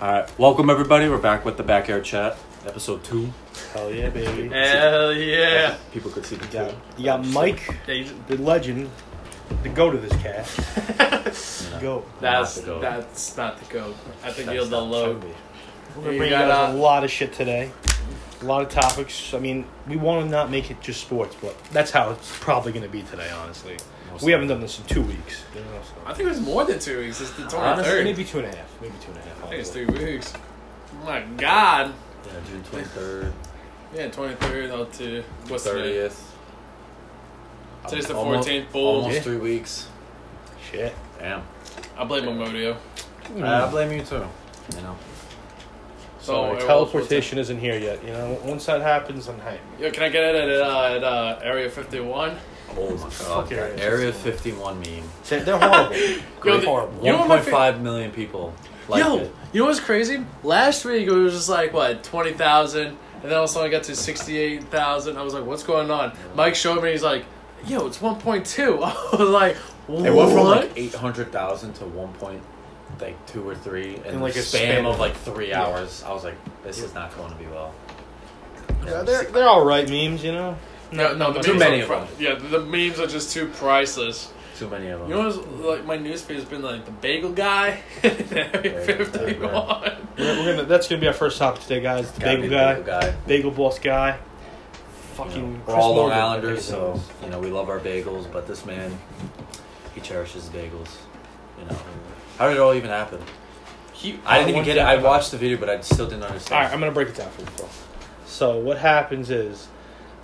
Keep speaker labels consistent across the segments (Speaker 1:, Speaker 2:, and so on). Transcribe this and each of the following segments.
Speaker 1: All right, welcome everybody. We're back with the backyard chat, episode two.
Speaker 2: Hell yeah, baby.
Speaker 3: Hell yeah.
Speaker 1: People could see the
Speaker 2: Yeah.
Speaker 1: two.
Speaker 2: You got Mike,
Speaker 3: Yeah, you-
Speaker 2: the legend, the go to this cast. Go.
Speaker 3: that's
Speaker 1: the goat.
Speaker 3: that's not the goat. I think
Speaker 1: That's
Speaker 3: you're the
Speaker 1: not
Speaker 3: low.
Speaker 1: funny.
Speaker 2: We're gonna
Speaker 3: You
Speaker 2: bring you
Speaker 3: got,
Speaker 2: guys a
Speaker 3: uh,
Speaker 2: lot of shit today. A lot of topics. I mean, we want to not make it just sports, but that's how it's probably going to be today, honestly.
Speaker 1: Most
Speaker 2: We haven't
Speaker 1: likely.
Speaker 2: done this in two weeks. you know, so-
Speaker 3: I think it was more than two weeks. It's the twenty
Speaker 1: Honestly,
Speaker 3: third. I
Speaker 2: Maybe two and a half. Maybe two and a half.
Speaker 3: think it's three weeks. Oh My God.
Speaker 1: Yeah, June twenty third,
Speaker 3: Yeah, twenty third up to what's today?
Speaker 1: thirtieth.
Speaker 3: Today's the
Speaker 1: Almost-
Speaker 3: 14th, boom.
Speaker 1: Almost
Speaker 2: Yeah.
Speaker 1: three weeks.
Speaker 2: Shit.
Speaker 1: Damn.
Speaker 3: I blame Momodio.
Speaker 1: I blame you too. You know.
Speaker 3: So
Speaker 2: Sorry,
Speaker 3: it was-
Speaker 2: teleportation isn't here yet. You know, once that happens, I'm hyped.
Speaker 3: Yo, can I get it at, uh, at uh, Area fifty one?
Speaker 1: Oh my god.
Speaker 2: Area
Speaker 1: that Area fifty one meme.
Speaker 2: They're they're horrible.
Speaker 3: Yo,
Speaker 2: They're
Speaker 3: the-
Speaker 2: horrible.
Speaker 3: You know
Speaker 1: One
Speaker 3: what my
Speaker 1: point
Speaker 3: fa-
Speaker 1: five million people like
Speaker 3: Yo,
Speaker 1: it.
Speaker 3: you know what's crazy? Last week it was just like what twenty thousand, and then all of a sudden I got to sixty eight thousand. I was like, "What's going on?" Mike showed me. He's like, "Yo, it's one point 2 I was like, "What?"
Speaker 1: It went from like eight hundred thousand to one point like two or three in,
Speaker 2: like,
Speaker 1: the
Speaker 2: a
Speaker 1: span
Speaker 2: span
Speaker 1: of
Speaker 2: of-
Speaker 1: like three hours. I was like, this is not going to be well.
Speaker 2: Yeah, they're they're all right memes, you know.
Speaker 3: no, no, the
Speaker 1: Too
Speaker 3: memes
Speaker 1: many
Speaker 3: are
Speaker 1: of
Speaker 3: pri-
Speaker 1: them.
Speaker 3: Yeah, the memes are just too priceless.
Speaker 1: Too many of them.
Speaker 3: You know, what's, like my newsfeed has been like the bagel guy, Area fifty one.
Speaker 2: We're, we're gonna. That's gonna be our first topic today, guys. The
Speaker 1: Gotta
Speaker 2: bagel
Speaker 1: be the
Speaker 2: guy,
Speaker 1: bagel guy.
Speaker 2: bagel boss guy.
Speaker 1: You
Speaker 2: Fucking.
Speaker 1: know, we're
Speaker 2: Chris
Speaker 1: all Long
Speaker 2: Morgan,
Speaker 1: Islanders,
Speaker 2: I think
Speaker 1: so
Speaker 2: his name
Speaker 1: you know we love our bagels. But this man, he cherishes bagels. You know, how did it all even happen?
Speaker 3: He,
Speaker 1: I didn't
Speaker 2: I
Speaker 1: even
Speaker 2: want
Speaker 1: get
Speaker 2: to
Speaker 1: it. I
Speaker 2: know.
Speaker 1: watched the video, but I still didn't
Speaker 2: is. All right,
Speaker 1: understand.
Speaker 2: I'm gonna break it down for you, bro. So what happens is,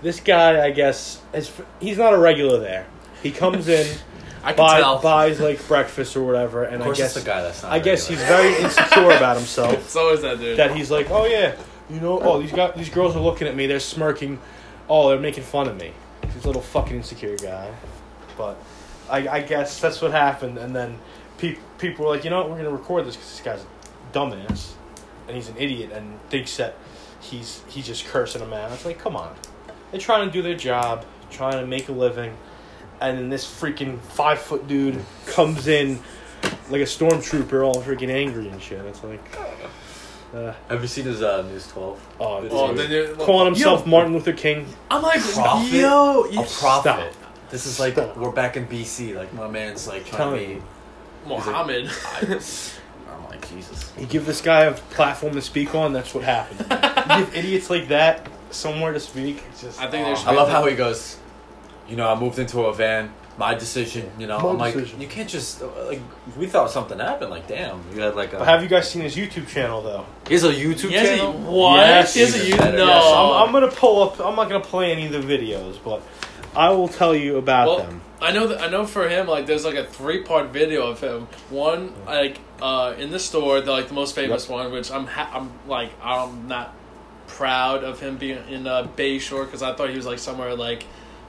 Speaker 2: this guy, I guess, is he's not a regular there. He comes in,
Speaker 3: I can
Speaker 2: buy,
Speaker 3: tell.
Speaker 2: buys like breakfast or whatever, and
Speaker 1: of
Speaker 2: I
Speaker 1: course,
Speaker 2: guess
Speaker 1: it's the guy that's not.
Speaker 2: I guess he's
Speaker 1: regular.
Speaker 2: very insecure about himself.
Speaker 3: So is that dude?
Speaker 2: that he's like, oh yeah, you know, oh these guys, these girls are looking at me, they're smirking, oh they're making fun of me. This little fucking insecure guy. But I, I guess that's what happened, and then pe- people were like, you know, what? we're gonna record this because this guy's a dumbass, and he's an idiot, and thinks that he's he's just cursing them out. It's like, come on, they're trying to do their job, trying to make a living. And then this freaking five foot dude comes in like a stormtrooper, all freaking angry and shit. It's like, uh,
Speaker 1: Have you seen his uh, News 12?
Speaker 2: Oh,
Speaker 1: This
Speaker 3: Oh,
Speaker 1: is-
Speaker 3: then you're-
Speaker 2: calling himself
Speaker 3: Yo,
Speaker 2: Martin Luther King.
Speaker 3: I'm like,
Speaker 1: Prophet?
Speaker 3: yo,
Speaker 1: a
Speaker 3: you-
Speaker 1: prophet.
Speaker 2: Stop.
Speaker 1: This is like
Speaker 2: Stop.
Speaker 1: we're back in BC. Like my man's like
Speaker 2: Tell
Speaker 1: trying to
Speaker 2: me.
Speaker 1: be.
Speaker 3: Mohammed.
Speaker 1: I'm like Jesus.
Speaker 2: You give this guy a platform to speak on, that's what happened. you give idiots like that somewhere to speak. It's just,
Speaker 3: I think
Speaker 2: oh.
Speaker 3: they should-
Speaker 1: I love how he goes. You know, I moved into a van. My decision. You know,
Speaker 2: My
Speaker 1: I'm like
Speaker 2: decision.
Speaker 1: you can't just uh, like we thought something happened. Like damn, you had like a.
Speaker 2: But have you guys seen his YouTube channel though?
Speaker 1: He has a YouTube
Speaker 3: Yes, he-
Speaker 1: channel.
Speaker 3: what?
Speaker 2: Yes,
Speaker 3: He has a
Speaker 1: even
Speaker 3: YouTube-
Speaker 1: better.
Speaker 3: no.
Speaker 1: Yes,
Speaker 3: Oh.
Speaker 2: I'm, I'm gonna pull up. I'm not gonna play any of the videos, but I will tell you about
Speaker 3: Well,
Speaker 2: them.
Speaker 3: I know that I know for him like there's like a three part video of him. One like uh in the store, the like the most famous one, which I'm ha- I'm like I'm not proud of him being in uh, Bay Shore because I thought he was like somewhere like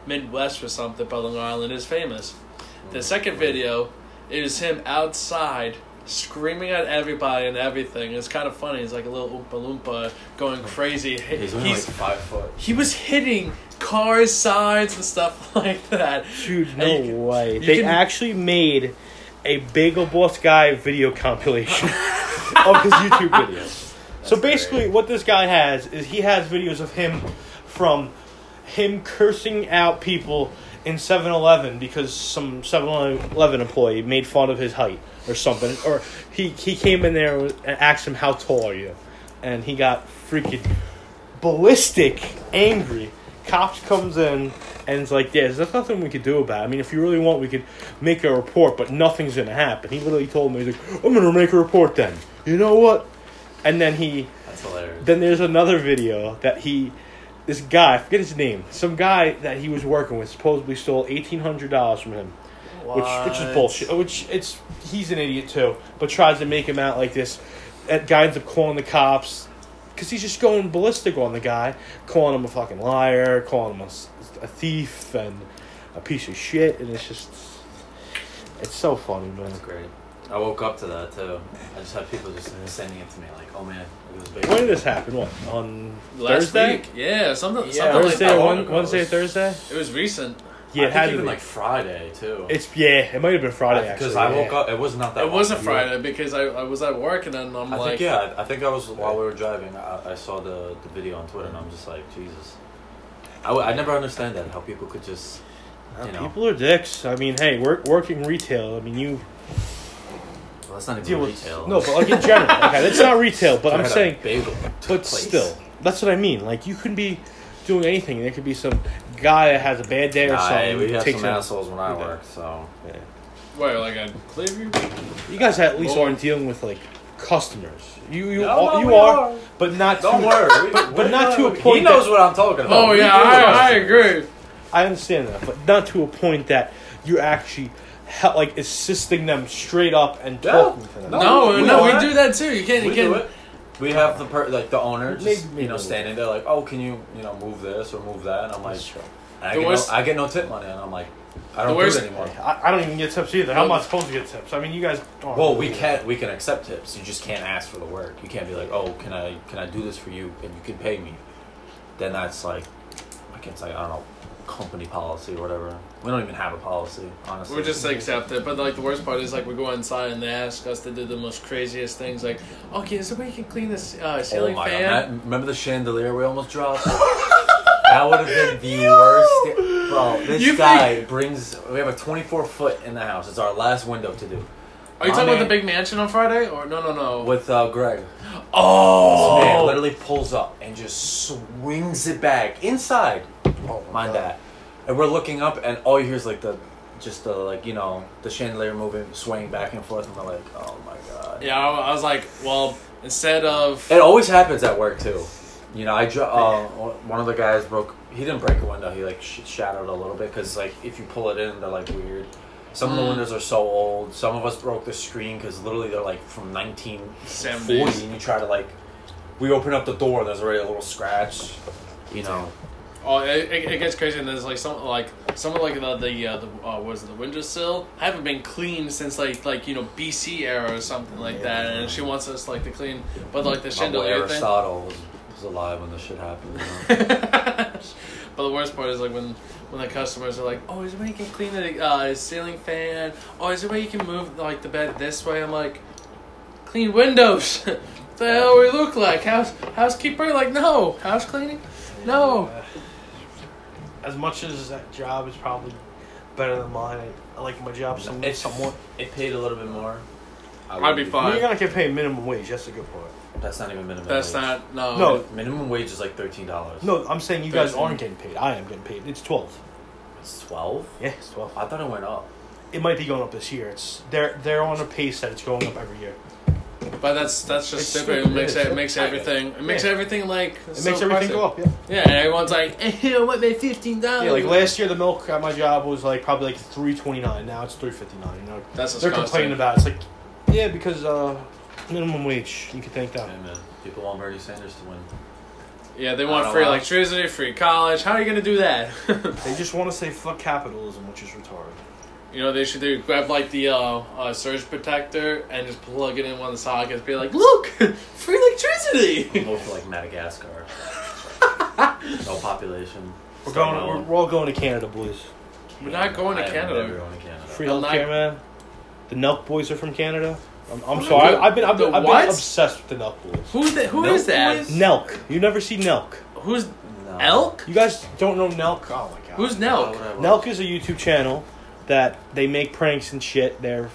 Speaker 3: Midwest or something. But Long Island is famous.
Speaker 2: Mm-hmm.
Speaker 3: The second video is him outside screaming at everybody and everything. It's kind of funny. It's like a little oompa loompa going crazy.
Speaker 1: He's
Speaker 3: He's,
Speaker 1: only like five foot.
Speaker 3: he was hitting cars, signs, and stuff like that.
Speaker 2: Dude,
Speaker 3: And
Speaker 2: no
Speaker 3: you can-
Speaker 2: way.
Speaker 3: you
Speaker 2: They
Speaker 3: can-
Speaker 2: actually made a Bagel Boss Guy video compilation of his YouTube videos. so basically,
Speaker 1: great.
Speaker 2: what this guy has is he has videos of him from him cursing out people in 7 Eleven because some 7 Eleven employee made fun of his height or something. Or he, he came in there and asked him, How tall are you? And he got freaking ballistic, angry. Cops comes in and it's like, yeah, there's nothing we could do about it. I mean, if you really want, we could make a report, but nothing's gonna happen. He literally told me, he's like, I'm gonna make a report then. You know what? And then he,
Speaker 1: That's hilarious.
Speaker 2: then there's another video that he, this guy, I forget his name, some guy that he was working with supposedly stole eighteen hundred dollars from him which which is
Speaker 3: What?
Speaker 2: bullshit. Which it's he's an idiot too, but tries to make him out like this. That guy ends up calling the cops because he's just going ballistic on the guy, calling him a fucking liar, calling him a, s- a thief and a piece of shit, and it's just it's so funny, man.
Speaker 1: That's great. I woke up to that too. I just had people just sending it to me like, oh man, it was big.
Speaker 2: When did this happen? What on
Speaker 3: Last
Speaker 2: Thursday?
Speaker 3: week, yeah, something,
Speaker 1: Yeah.
Speaker 3: something like
Speaker 2: Thursday,
Speaker 3: that.
Speaker 1: How
Speaker 2: Wed-
Speaker 1: long ago
Speaker 2: Wednesday,
Speaker 1: was-
Speaker 2: Thursday.
Speaker 3: It was recent.
Speaker 2: Yeah,
Speaker 1: I
Speaker 2: it
Speaker 1: think
Speaker 2: had to
Speaker 1: even
Speaker 2: be.
Speaker 1: like Friday too.
Speaker 2: It's yeah, it might have been Friday actually.
Speaker 1: because I woke
Speaker 2: yeah.
Speaker 1: up. It was not that.
Speaker 3: It
Speaker 1: long
Speaker 3: wasn't
Speaker 1: ago.
Speaker 3: Friday because I, I was at work and then I'm
Speaker 1: I
Speaker 3: like,
Speaker 1: think yeah. I I think I was while we were driving. I, I saw the the video on Twitter, and I'm just like, Jesus. I, w- I never understand that how people could just
Speaker 2: Uh,
Speaker 1: you know.
Speaker 2: People are dicks. I mean, hey, work, working retail. I mean, you
Speaker 1: well, that's not even
Speaker 2: deal with
Speaker 1: retail.
Speaker 2: no, but like in general, okay, that's not retail. But
Speaker 1: I
Speaker 2: I'm
Speaker 1: had a
Speaker 2: saying,
Speaker 1: bagel.
Speaker 2: but
Speaker 1: place.
Speaker 2: still, that's what I mean. Like you can be doing anything. There could be some guy that has a bad day or
Speaker 1: Nah,
Speaker 2: something.
Speaker 1: hey, we had
Speaker 2: takes
Speaker 1: some
Speaker 2: it-
Speaker 1: assholes when I
Speaker 2: Yeah.
Speaker 1: worked, so
Speaker 2: Yeah.
Speaker 3: wait, like I clear you?
Speaker 2: You guys at least
Speaker 3: Lord.
Speaker 2: aren't dealing with like customers. You you
Speaker 1: No,
Speaker 2: are,
Speaker 1: no,
Speaker 2: you
Speaker 1: we
Speaker 2: are,
Speaker 1: are.
Speaker 2: but not
Speaker 1: don't
Speaker 2: too-
Speaker 1: worry. We-
Speaker 2: but
Speaker 1: we're
Speaker 2: not to a
Speaker 1: He
Speaker 2: point
Speaker 1: knows
Speaker 2: that-
Speaker 1: what I'm talking about.
Speaker 3: Oh
Speaker 1: We
Speaker 3: yeah,
Speaker 1: do know
Speaker 3: I, I
Speaker 1: this.
Speaker 3: agree.
Speaker 2: I understand that, but not to a point that you're actually hel- like assisting them straight up and
Speaker 1: Yeah.
Speaker 2: talking to them.
Speaker 1: No,
Speaker 3: No,
Speaker 1: Oh, we
Speaker 3: no, we
Speaker 1: are.
Speaker 3: do that too. You can't, you
Speaker 1: We do
Speaker 3: can't.
Speaker 1: it. We have the per- like the owner just
Speaker 2: Maybe- maybe
Speaker 1: you know
Speaker 2: we'll
Speaker 1: standing there like, oh, can you you know move this or move that? And I'm like,
Speaker 2: That's true.
Speaker 1: I
Speaker 3: The
Speaker 1: get,
Speaker 3: worst-
Speaker 1: no, I get no tip money, and I'm like, I
Speaker 3: The
Speaker 1: don't do
Speaker 3: worst-
Speaker 1: it anymore.
Speaker 2: I, I don't even get tips either. How am I supposed to get tips? I mean, you guys. Aren't
Speaker 1: Well, we can we can accept tips. You just can't ask for the work. You can't be like, oh, can I can I do this for you and you can pay me? Then that's like, I can't say I don't know, company policy or whatever. We don't even have a policy, honestly.
Speaker 3: We just accept it. But like the worst part is like we go inside and they ask us to do the most craziest things. Like, okay, is there a way you can clean this uh,
Speaker 1: oh
Speaker 3: ceiling
Speaker 1: my
Speaker 3: fan?
Speaker 1: god! Matt, remember the chandelier we almost dropped? that would have been the worst. thi- Bro, this
Speaker 3: You
Speaker 1: guy brings. We have a twenty-four foot in the house. It's our last window to do
Speaker 3: Are you
Speaker 1: My
Speaker 3: talking about
Speaker 1: man-
Speaker 3: the big mansion on Friday? Or no, no, no.
Speaker 1: with uh, Greg.
Speaker 3: Oh,
Speaker 1: Man literally pulls up and just swings it back inside.
Speaker 2: Oh, my
Speaker 1: Mind
Speaker 2: God.
Speaker 1: that. And we're looking up, and all you hear is like the, just the like you know the chandelier moving, swaying back and forth, and we're like, oh my god.
Speaker 3: yeah. I, I was like, well, instead of
Speaker 1: It always happens at work too. You know, I dro- uh, one of the guys broke. He didn't break a window. He like sh- shattered a little bit because like if you pull it in, they're like weird. Some of the
Speaker 3: Mm.
Speaker 1: windows are so old. Some of us broke the screen because literally they're like from 1940,
Speaker 3: Seventies.
Speaker 1: and you try to like. We open up the door and there's already a little scratch. You know,
Speaker 3: Oh, it, it, it gets crazy, and there's like some like some of like the the, uh, the uh, what is it the windowsill haven't been cleaned since like like you know BC era or something like that, and she wants us like to clean, but like the
Speaker 1: my boy
Speaker 3: chandelier thing.
Speaker 1: Aristotle was, was alive when this shit happened. You know?
Speaker 3: but the worst part is like when when the customers are like, oh, is there a way you can clean the uh, ceiling fan? Oh, is there a way you can move like the bed this way? I'm like, clean windows. the hell we look like house housekeeper? Like no house cleaning, no.
Speaker 2: Uh, as much as that job is probably better than mine, I, I like my job some,
Speaker 1: It's-
Speaker 2: somewhat.
Speaker 1: it paid a little bit more. I
Speaker 3: I'd be
Speaker 1: would-
Speaker 3: fine.
Speaker 2: You're gonna get paid minimum wage. That's a good part.
Speaker 1: That's not even minimum.
Speaker 3: That's
Speaker 1: wage.
Speaker 3: not no.
Speaker 2: No,
Speaker 1: Minimum wage is like thirteen dollars.
Speaker 2: No, I'm saying you guys
Speaker 3: Thirteen.
Speaker 2: aren't getting paid. I am getting paid. It's twelve.
Speaker 1: It's twelve.
Speaker 2: Yeah, it's twelve.
Speaker 1: I thought it went up.
Speaker 2: It might be going up this year. It's they're they're on a pace that it's going up every year.
Speaker 3: But that's that's just
Speaker 2: It's
Speaker 3: stupid. It
Speaker 2: stupid.
Speaker 3: makes it,
Speaker 1: It's
Speaker 3: makes
Speaker 1: stupid.
Speaker 3: everything it makes
Speaker 2: Yeah.
Speaker 3: everything like
Speaker 2: It makes everything go up. Yeah.
Speaker 3: Yeah, and everyone's like, eh, what made fifteen dollars?
Speaker 2: Yeah, like last year the milk at my job was like probably like three twenty nine. Now it's three fifty nine. You know,
Speaker 3: That's what's
Speaker 2: they're
Speaker 3: constant.
Speaker 2: complaining about. It. It's like, yeah, because uh, minimum wage. You can thank
Speaker 1: Hey
Speaker 2: them.
Speaker 1: man, people want Bernie Sanders to win.
Speaker 3: Yeah, they
Speaker 1: I
Speaker 3: want
Speaker 1: don't
Speaker 3: free
Speaker 1: know.
Speaker 3: electricity, free college. How are you gonna do that?
Speaker 2: They just want to say fuck capitalism, which is retarded.
Speaker 3: you know, they should do grab like the uh, uh, surge protector and just plug it in one of the sockets. Be like, look, free electricity.
Speaker 1: Vote for like Madagascar. no population.
Speaker 2: We're
Speaker 1: Still
Speaker 2: going.
Speaker 1: no
Speaker 2: We're,
Speaker 1: one.
Speaker 2: we're all going to Canada, boys.
Speaker 3: We're not going to
Speaker 1: I am
Speaker 3: Canada.
Speaker 1: never going to Canada.
Speaker 2: Free
Speaker 3: I'm not-
Speaker 2: healthcare, man. The Nelk boys are from Canada. I'm, I'm
Speaker 3: What?
Speaker 2: sorry. I've been. I've
Speaker 3: The
Speaker 2: been, I've
Speaker 3: what?
Speaker 2: been obsessed with the Nelk boys.
Speaker 3: Who's that? Who
Speaker 1: No
Speaker 3: is that?
Speaker 1: boys?
Speaker 2: Nelk. You never see Nelk.
Speaker 3: Who's
Speaker 1: No.
Speaker 3: elk?
Speaker 2: You guys don't know Nelk. Oh my god.
Speaker 3: Who's
Speaker 1: Why would
Speaker 3: Nelk?
Speaker 1: I vote?
Speaker 2: Nelk is a YouTube channel that they make pranks and shit. They're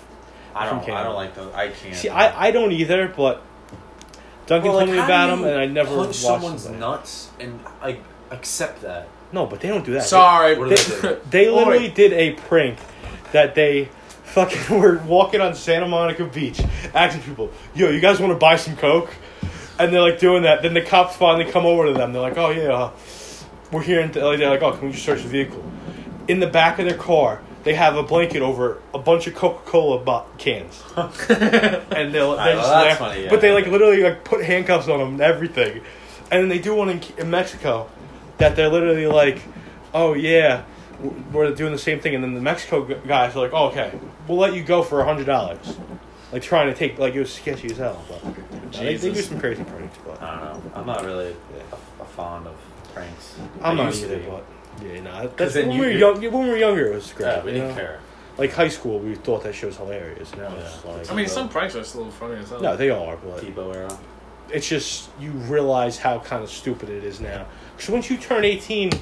Speaker 1: I
Speaker 2: from
Speaker 1: don't. I
Speaker 2: Canada.
Speaker 1: don't like those. I can't.
Speaker 2: See, I, I don't either, but Duncan
Speaker 1: Well, like,
Speaker 2: told me
Speaker 1: how
Speaker 2: about
Speaker 1: do
Speaker 2: him,
Speaker 1: you
Speaker 2: and I never
Speaker 1: punch
Speaker 2: watched
Speaker 1: someone's
Speaker 2: them.
Speaker 1: nuts and I accept that.
Speaker 2: No, but they don't do that.
Speaker 3: Sorry,
Speaker 1: What do they do?
Speaker 2: They, they literally
Speaker 3: Oi.
Speaker 2: did a prank that they fucking were walking on Santa Monica Beach, asking people, "Yo, you guys want to buy some coke?" And they're like doing that. Then the cops finally come over to them. They're like, "Oh yeah, uh, we're here." And they're like, "Oh, can we just search the vehicle?" In the back of their car, they have a blanket over a bunch of Coca Cola bo- cans. and they'll they
Speaker 1: Alright, well,
Speaker 2: just laugh.
Speaker 1: that's funny, yeah.
Speaker 2: But they like literally like put handcuffs on them and everything. And then they do one in, in Mexico that they're literally like, oh yeah, w- we're doing the same thing. And then the Mexico gu- guys are like, oh, okay, we'll let you go for a hundred dollars. Like trying to take like it was sketchy as hell. But no, they, they do
Speaker 1: Jesus.
Speaker 2: some crazy pranks. But
Speaker 1: I don't know. I'm not really
Speaker 2: Yeah.
Speaker 1: a, a fond of pranks.
Speaker 2: I'm
Speaker 1: I
Speaker 2: not
Speaker 1: used to
Speaker 2: either.
Speaker 1: be.
Speaker 2: But Yeah, nah. That's,
Speaker 1: then
Speaker 2: when,
Speaker 1: you-
Speaker 2: we were
Speaker 1: you-
Speaker 2: young, yeah, when we were younger, it was great.
Speaker 1: Yeah, we
Speaker 2: you
Speaker 1: didn't
Speaker 2: know?
Speaker 1: care.
Speaker 2: Like high school, we thought that shit was hilarious. Now
Speaker 1: Yeah.
Speaker 2: it's just like.
Speaker 3: I mean, some pranks are still funny as hell.
Speaker 2: No, they are, but
Speaker 1: Tebow era.
Speaker 2: it's just you realize how kind of stupid it is now. Because once you turn 18,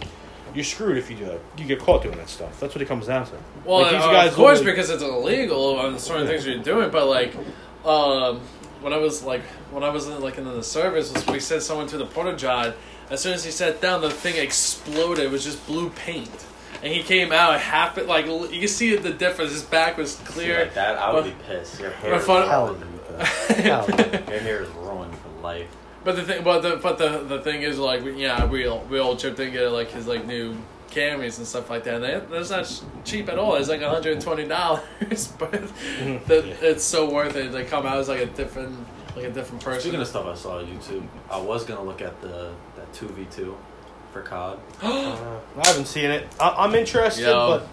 Speaker 2: you're screwed if you do that. You get caught doing that stuff. That's what it comes down to.
Speaker 3: Well,
Speaker 2: Like, these
Speaker 3: uh,
Speaker 2: guys
Speaker 3: of course,
Speaker 2: literally-
Speaker 3: because it's illegal on certain things you're doing. But like, um, when I was like, when I was in, like in the service, was we sent someone to the porta john. As soon as he sat down, the thing exploded. It was just blue paint, and he came out half it. Like l- you can see the difference. His back was
Speaker 1: See,
Speaker 3: clear.
Speaker 1: like that, I would
Speaker 3: But-
Speaker 1: be pissed. Your hair,
Speaker 3: My
Speaker 1: is
Speaker 3: father-
Speaker 1: ruined.
Speaker 2: Hell.
Speaker 1: your hair is ruined for life.
Speaker 3: But the thing, but the but the the thing is like, we, yeah, we all we all chipped in get like his like new cameras and stuff like that. And they, that's not sh- cheap at all. It's like one hundred and twenty dollars, but
Speaker 1: Mm-hmm.
Speaker 3: the, it's so worth it. They come out as like a different like a different person.
Speaker 1: Speaking of stuff I saw on YouTube, I was gonna look at the that two v two for COD.
Speaker 2: Uh, I haven't seen it. I- I'm interested,
Speaker 3: Yo.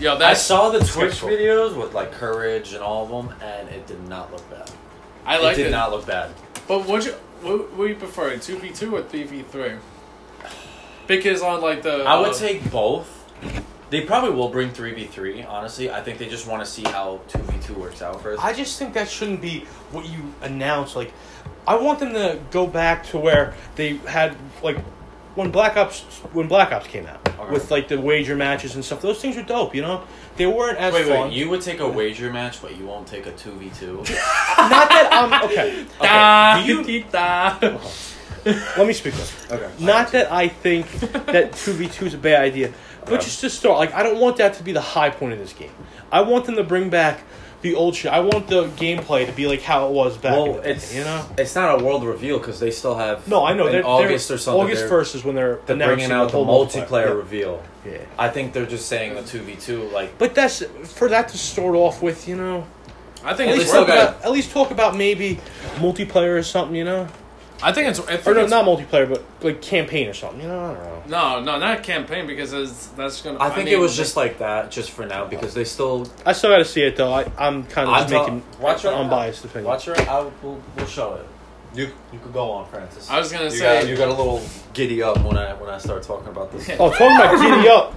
Speaker 3: Yo,
Speaker 1: I
Speaker 3: that's
Speaker 1: saw the
Speaker 2: that's
Speaker 1: Twitch
Speaker 2: skeptical.
Speaker 1: videos with like Courage and all of them, and it did not look bad.
Speaker 3: I liked
Speaker 1: it
Speaker 3: it.
Speaker 1: did not look bad.
Speaker 3: But would you what would you prefer two v two or three v three? Because on like the
Speaker 1: I would
Speaker 3: uh,
Speaker 1: take both. They probably will bring three v three. Honestly, I think they just want to see how two v two works out
Speaker 2: but
Speaker 1: first.
Speaker 2: I just think that shouldn't be what you announce. Like, I want them to go back to where they had like when Black Ops when Black Ops came out
Speaker 1: Okay.
Speaker 2: with like the wager matches and stuff. Those things were dope, you know. They weren't as
Speaker 1: wait,
Speaker 2: fun.
Speaker 1: wait. You would take a wager match, but you won't take a two v two.
Speaker 2: Not that I'm okay.
Speaker 3: da,
Speaker 2: okay. Do you-
Speaker 3: da.
Speaker 2: let me speak. Up.
Speaker 1: Okay.
Speaker 2: Not that I think that 2v2 is a bad idea, but just to start, like, I don't want that to be the high point of this game. I want them to bring back the old shit. I want the gameplay to be like how it was back in
Speaker 1: Well,
Speaker 2: the day,
Speaker 1: it's
Speaker 2: you know?
Speaker 1: it's not a world reveal because they still have
Speaker 2: No, I know.
Speaker 1: in
Speaker 2: They're,
Speaker 1: August
Speaker 2: they're,
Speaker 1: or something.
Speaker 2: August
Speaker 1: they're-
Speaker 2: 1st is when they're,
Speaker 1: They're bringing
Speaker 2: announcing
Speaker 1: out the
Speaker 2: whole
Speaker 1: multiplayer
Speaker 2: multiplayer.
Speaker 1: reveal.
Speaker 2: Yeah. Yeah.
Speaker 1: I think they're just saying the two v two. Like
Speaker 2: But that's, for that to start off with, you know?
Speaker 3: I think
Speaker 2: At
Speaker 3: it's
Speaker 2: least,
Speaker 1: still
Speaker 2: talk
Speaker 3: worth it.
Speaker 1: got-
Speaker 2: about, at least talk about maybe multiplayer or something, you know?
Speaker 3: I think it's I think
Speaker 2: Or no,
Speaker 3: it's-
Speaker 2: not multiplayer, but like campaign or something, you know? I don't know.
Speaker 3: no no not campaign because it's, that's gonna
Speaker 1: I think
Speaker 3: mean,
Speaker 1: it was just like that, just for now, because they still.
Speaker 2: I still got to see it, though. I, I'm kind of
Speaker 1: I'm
Speaker 2: just making
Speaker 1: ta- watch right now.
Speaker 2: unbiased opinion.
Speaker 1: Watch it. I will, we'll, we'll show it. You you could go on, Francis.
Speaker 3: I was gonna
Speaker 1: you
Speaker 3: say-
Speaker 1: got, you got a little giddy up when I when I start talking about this.
Speaker 2: Oh, talking about giddy up.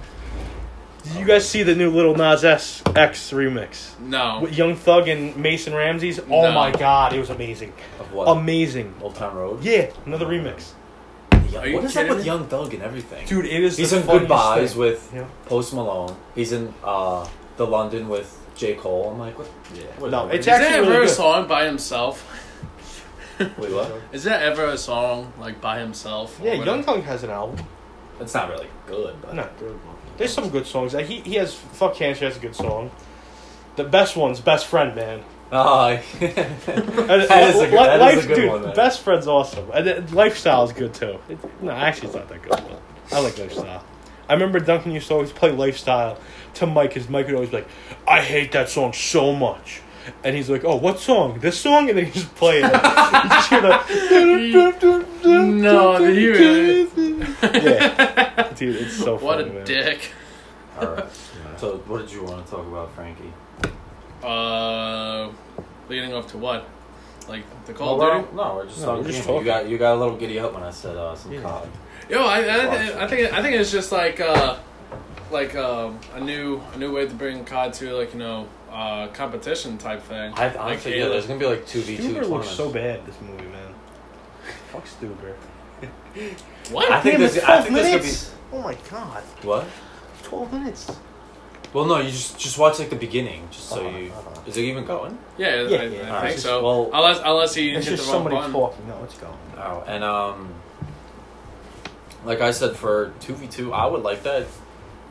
Speaker 2: Did you guys see the new Little Nas S X remix
Speaker 3: no
Speaker 2: with Young Thug and Mason Ramsey's? Oh
Speaker 3: No.
Speaker 2: my God, it was amazing,
Speaker 1: Of what?
Speaker 2: amazing.
Speaker 1: Old Town Road.
Speaker 2: Um, Yeah, another remix,
Speaker 1: Young-
Speaker 3: Are you
Speaker 1: what is up
Speaker 3: kidding
Speaker 1: with
Speaker 3: me?
Speaker 1: Young Thug and everything?
Speaker 2: dude. It is.
Speaker 1: He's
Speaker 2: the
Speaker 1: in Goodbyes
Speaker 2: funniest thing.
Speaker 1: with
Speaker 2: Yeah.
Speaker 1: Post Malone. He's in uh, the London with J Cole. I'm like, what? Yeah. What
Speaker 2: No, it's
Speaker 3: Is
Speaker 2: actually
Speaker 3: that ever
Speaker 2: really
Speaker 3: a
Speaker 2: good.
Speaker 3: song by himself?
Speaker 1: Wait, what?
Speaker 3: Is that ever a song like by himself? or
Speaker 2: Yeah,
Speaker 3: whatever?
Speaker 2: Young Thug has an album.
Speaker 1: It's not really good, but
Speaker 2: No. There's some good songs. Like, he he has fuck cancer has a good song. The best one's best friend, man.
Speaker 1: Uh,
Speaker 2: And
Speaker 1: That is a good-
Speaker 2: Li-
Speaker 1: that is a
Speaker 2: life,
Speaker 1: good
Speaker 2: dude,
Speaker 1: one, man.
Speaker 2: Best friend's awesome, and then lifestyle is good too. It, no, actually, it's not that good. But I like lifestyle. I remember Duncan used to always play lifestyle to Mike, because Mike would always be like, "I hate that song so much," and he's like, "Oh, what song? This song?" And then he just play it. He'd shoot a-
Speaker 3: No, did you hear
Speaker 2: yeah, dude, it's so funny.
Speaker 3: What a
Speaker 2: man.
Speaker 3: dick.
Speaker 1: all right. So, what did you want to talk about, Frankie?
Speaker 3: Uh, leading up to what? Like the Call
Speaker 1: no,
Speaker 3: of
Speaker 1: we're, no, we're just
Speaker 2: No,
Speaker 1: talking.
Speaker 2: we're just
Speaker 1: gaming. You got you got a little giddy up when I said uh, some
Speaker 2: Yeah.
Speaker 1: COD.
Speaker 3: Duty? Yo, I, I, I think I think it's just like uh, like um, a new a new way to bring COD to like you know uh, competition type thing.
Speaker 1: I
Speaker 3: like,
Speaker 1: honestly, yeah, there's gonna be like two v two
Speaker 2: Stuber looks
Speaker 1: tournaments.
Speaker 2: so bad in this movie, man. Fuck Stuber.
Speaker 3: what?
Speaker 1: I think
Speaker 2: Damn,
Speaker 1: this-
Speaker 2: it's
Speaker 1: I
Speaker 2: twelve
Speaker 1: think this could
Speaker 2: minutes. Oh my god,
Speaker 1: What?
Speaker 2: twelve minutes.
Speaker 1: Well, no, you just just watch like the beginning, just so
Speaker 2: Uh-huh,
Speaker 1: you.
Speaker 2: uh-huh.
Speaker 1: Is it even going?
Speaker 2: Yeah,
Speaker 3: yeah, I,
Speaker 2: yeah.
Speaker 3: I
Speaker 1: Alright.
Speaker 3: think so.
Speaker 1: Well-
Speaker 3: unless unless he
Speaker 2: It's
Speaker 3: hit
Speaker 2: just
Speaker 3: the wrong
Speaker 2: somebody
Speaker 3: button.
Speaker 2: talking. No, it's going.
Speaker 1: Oh, and um, like I said, for two v two, I would like that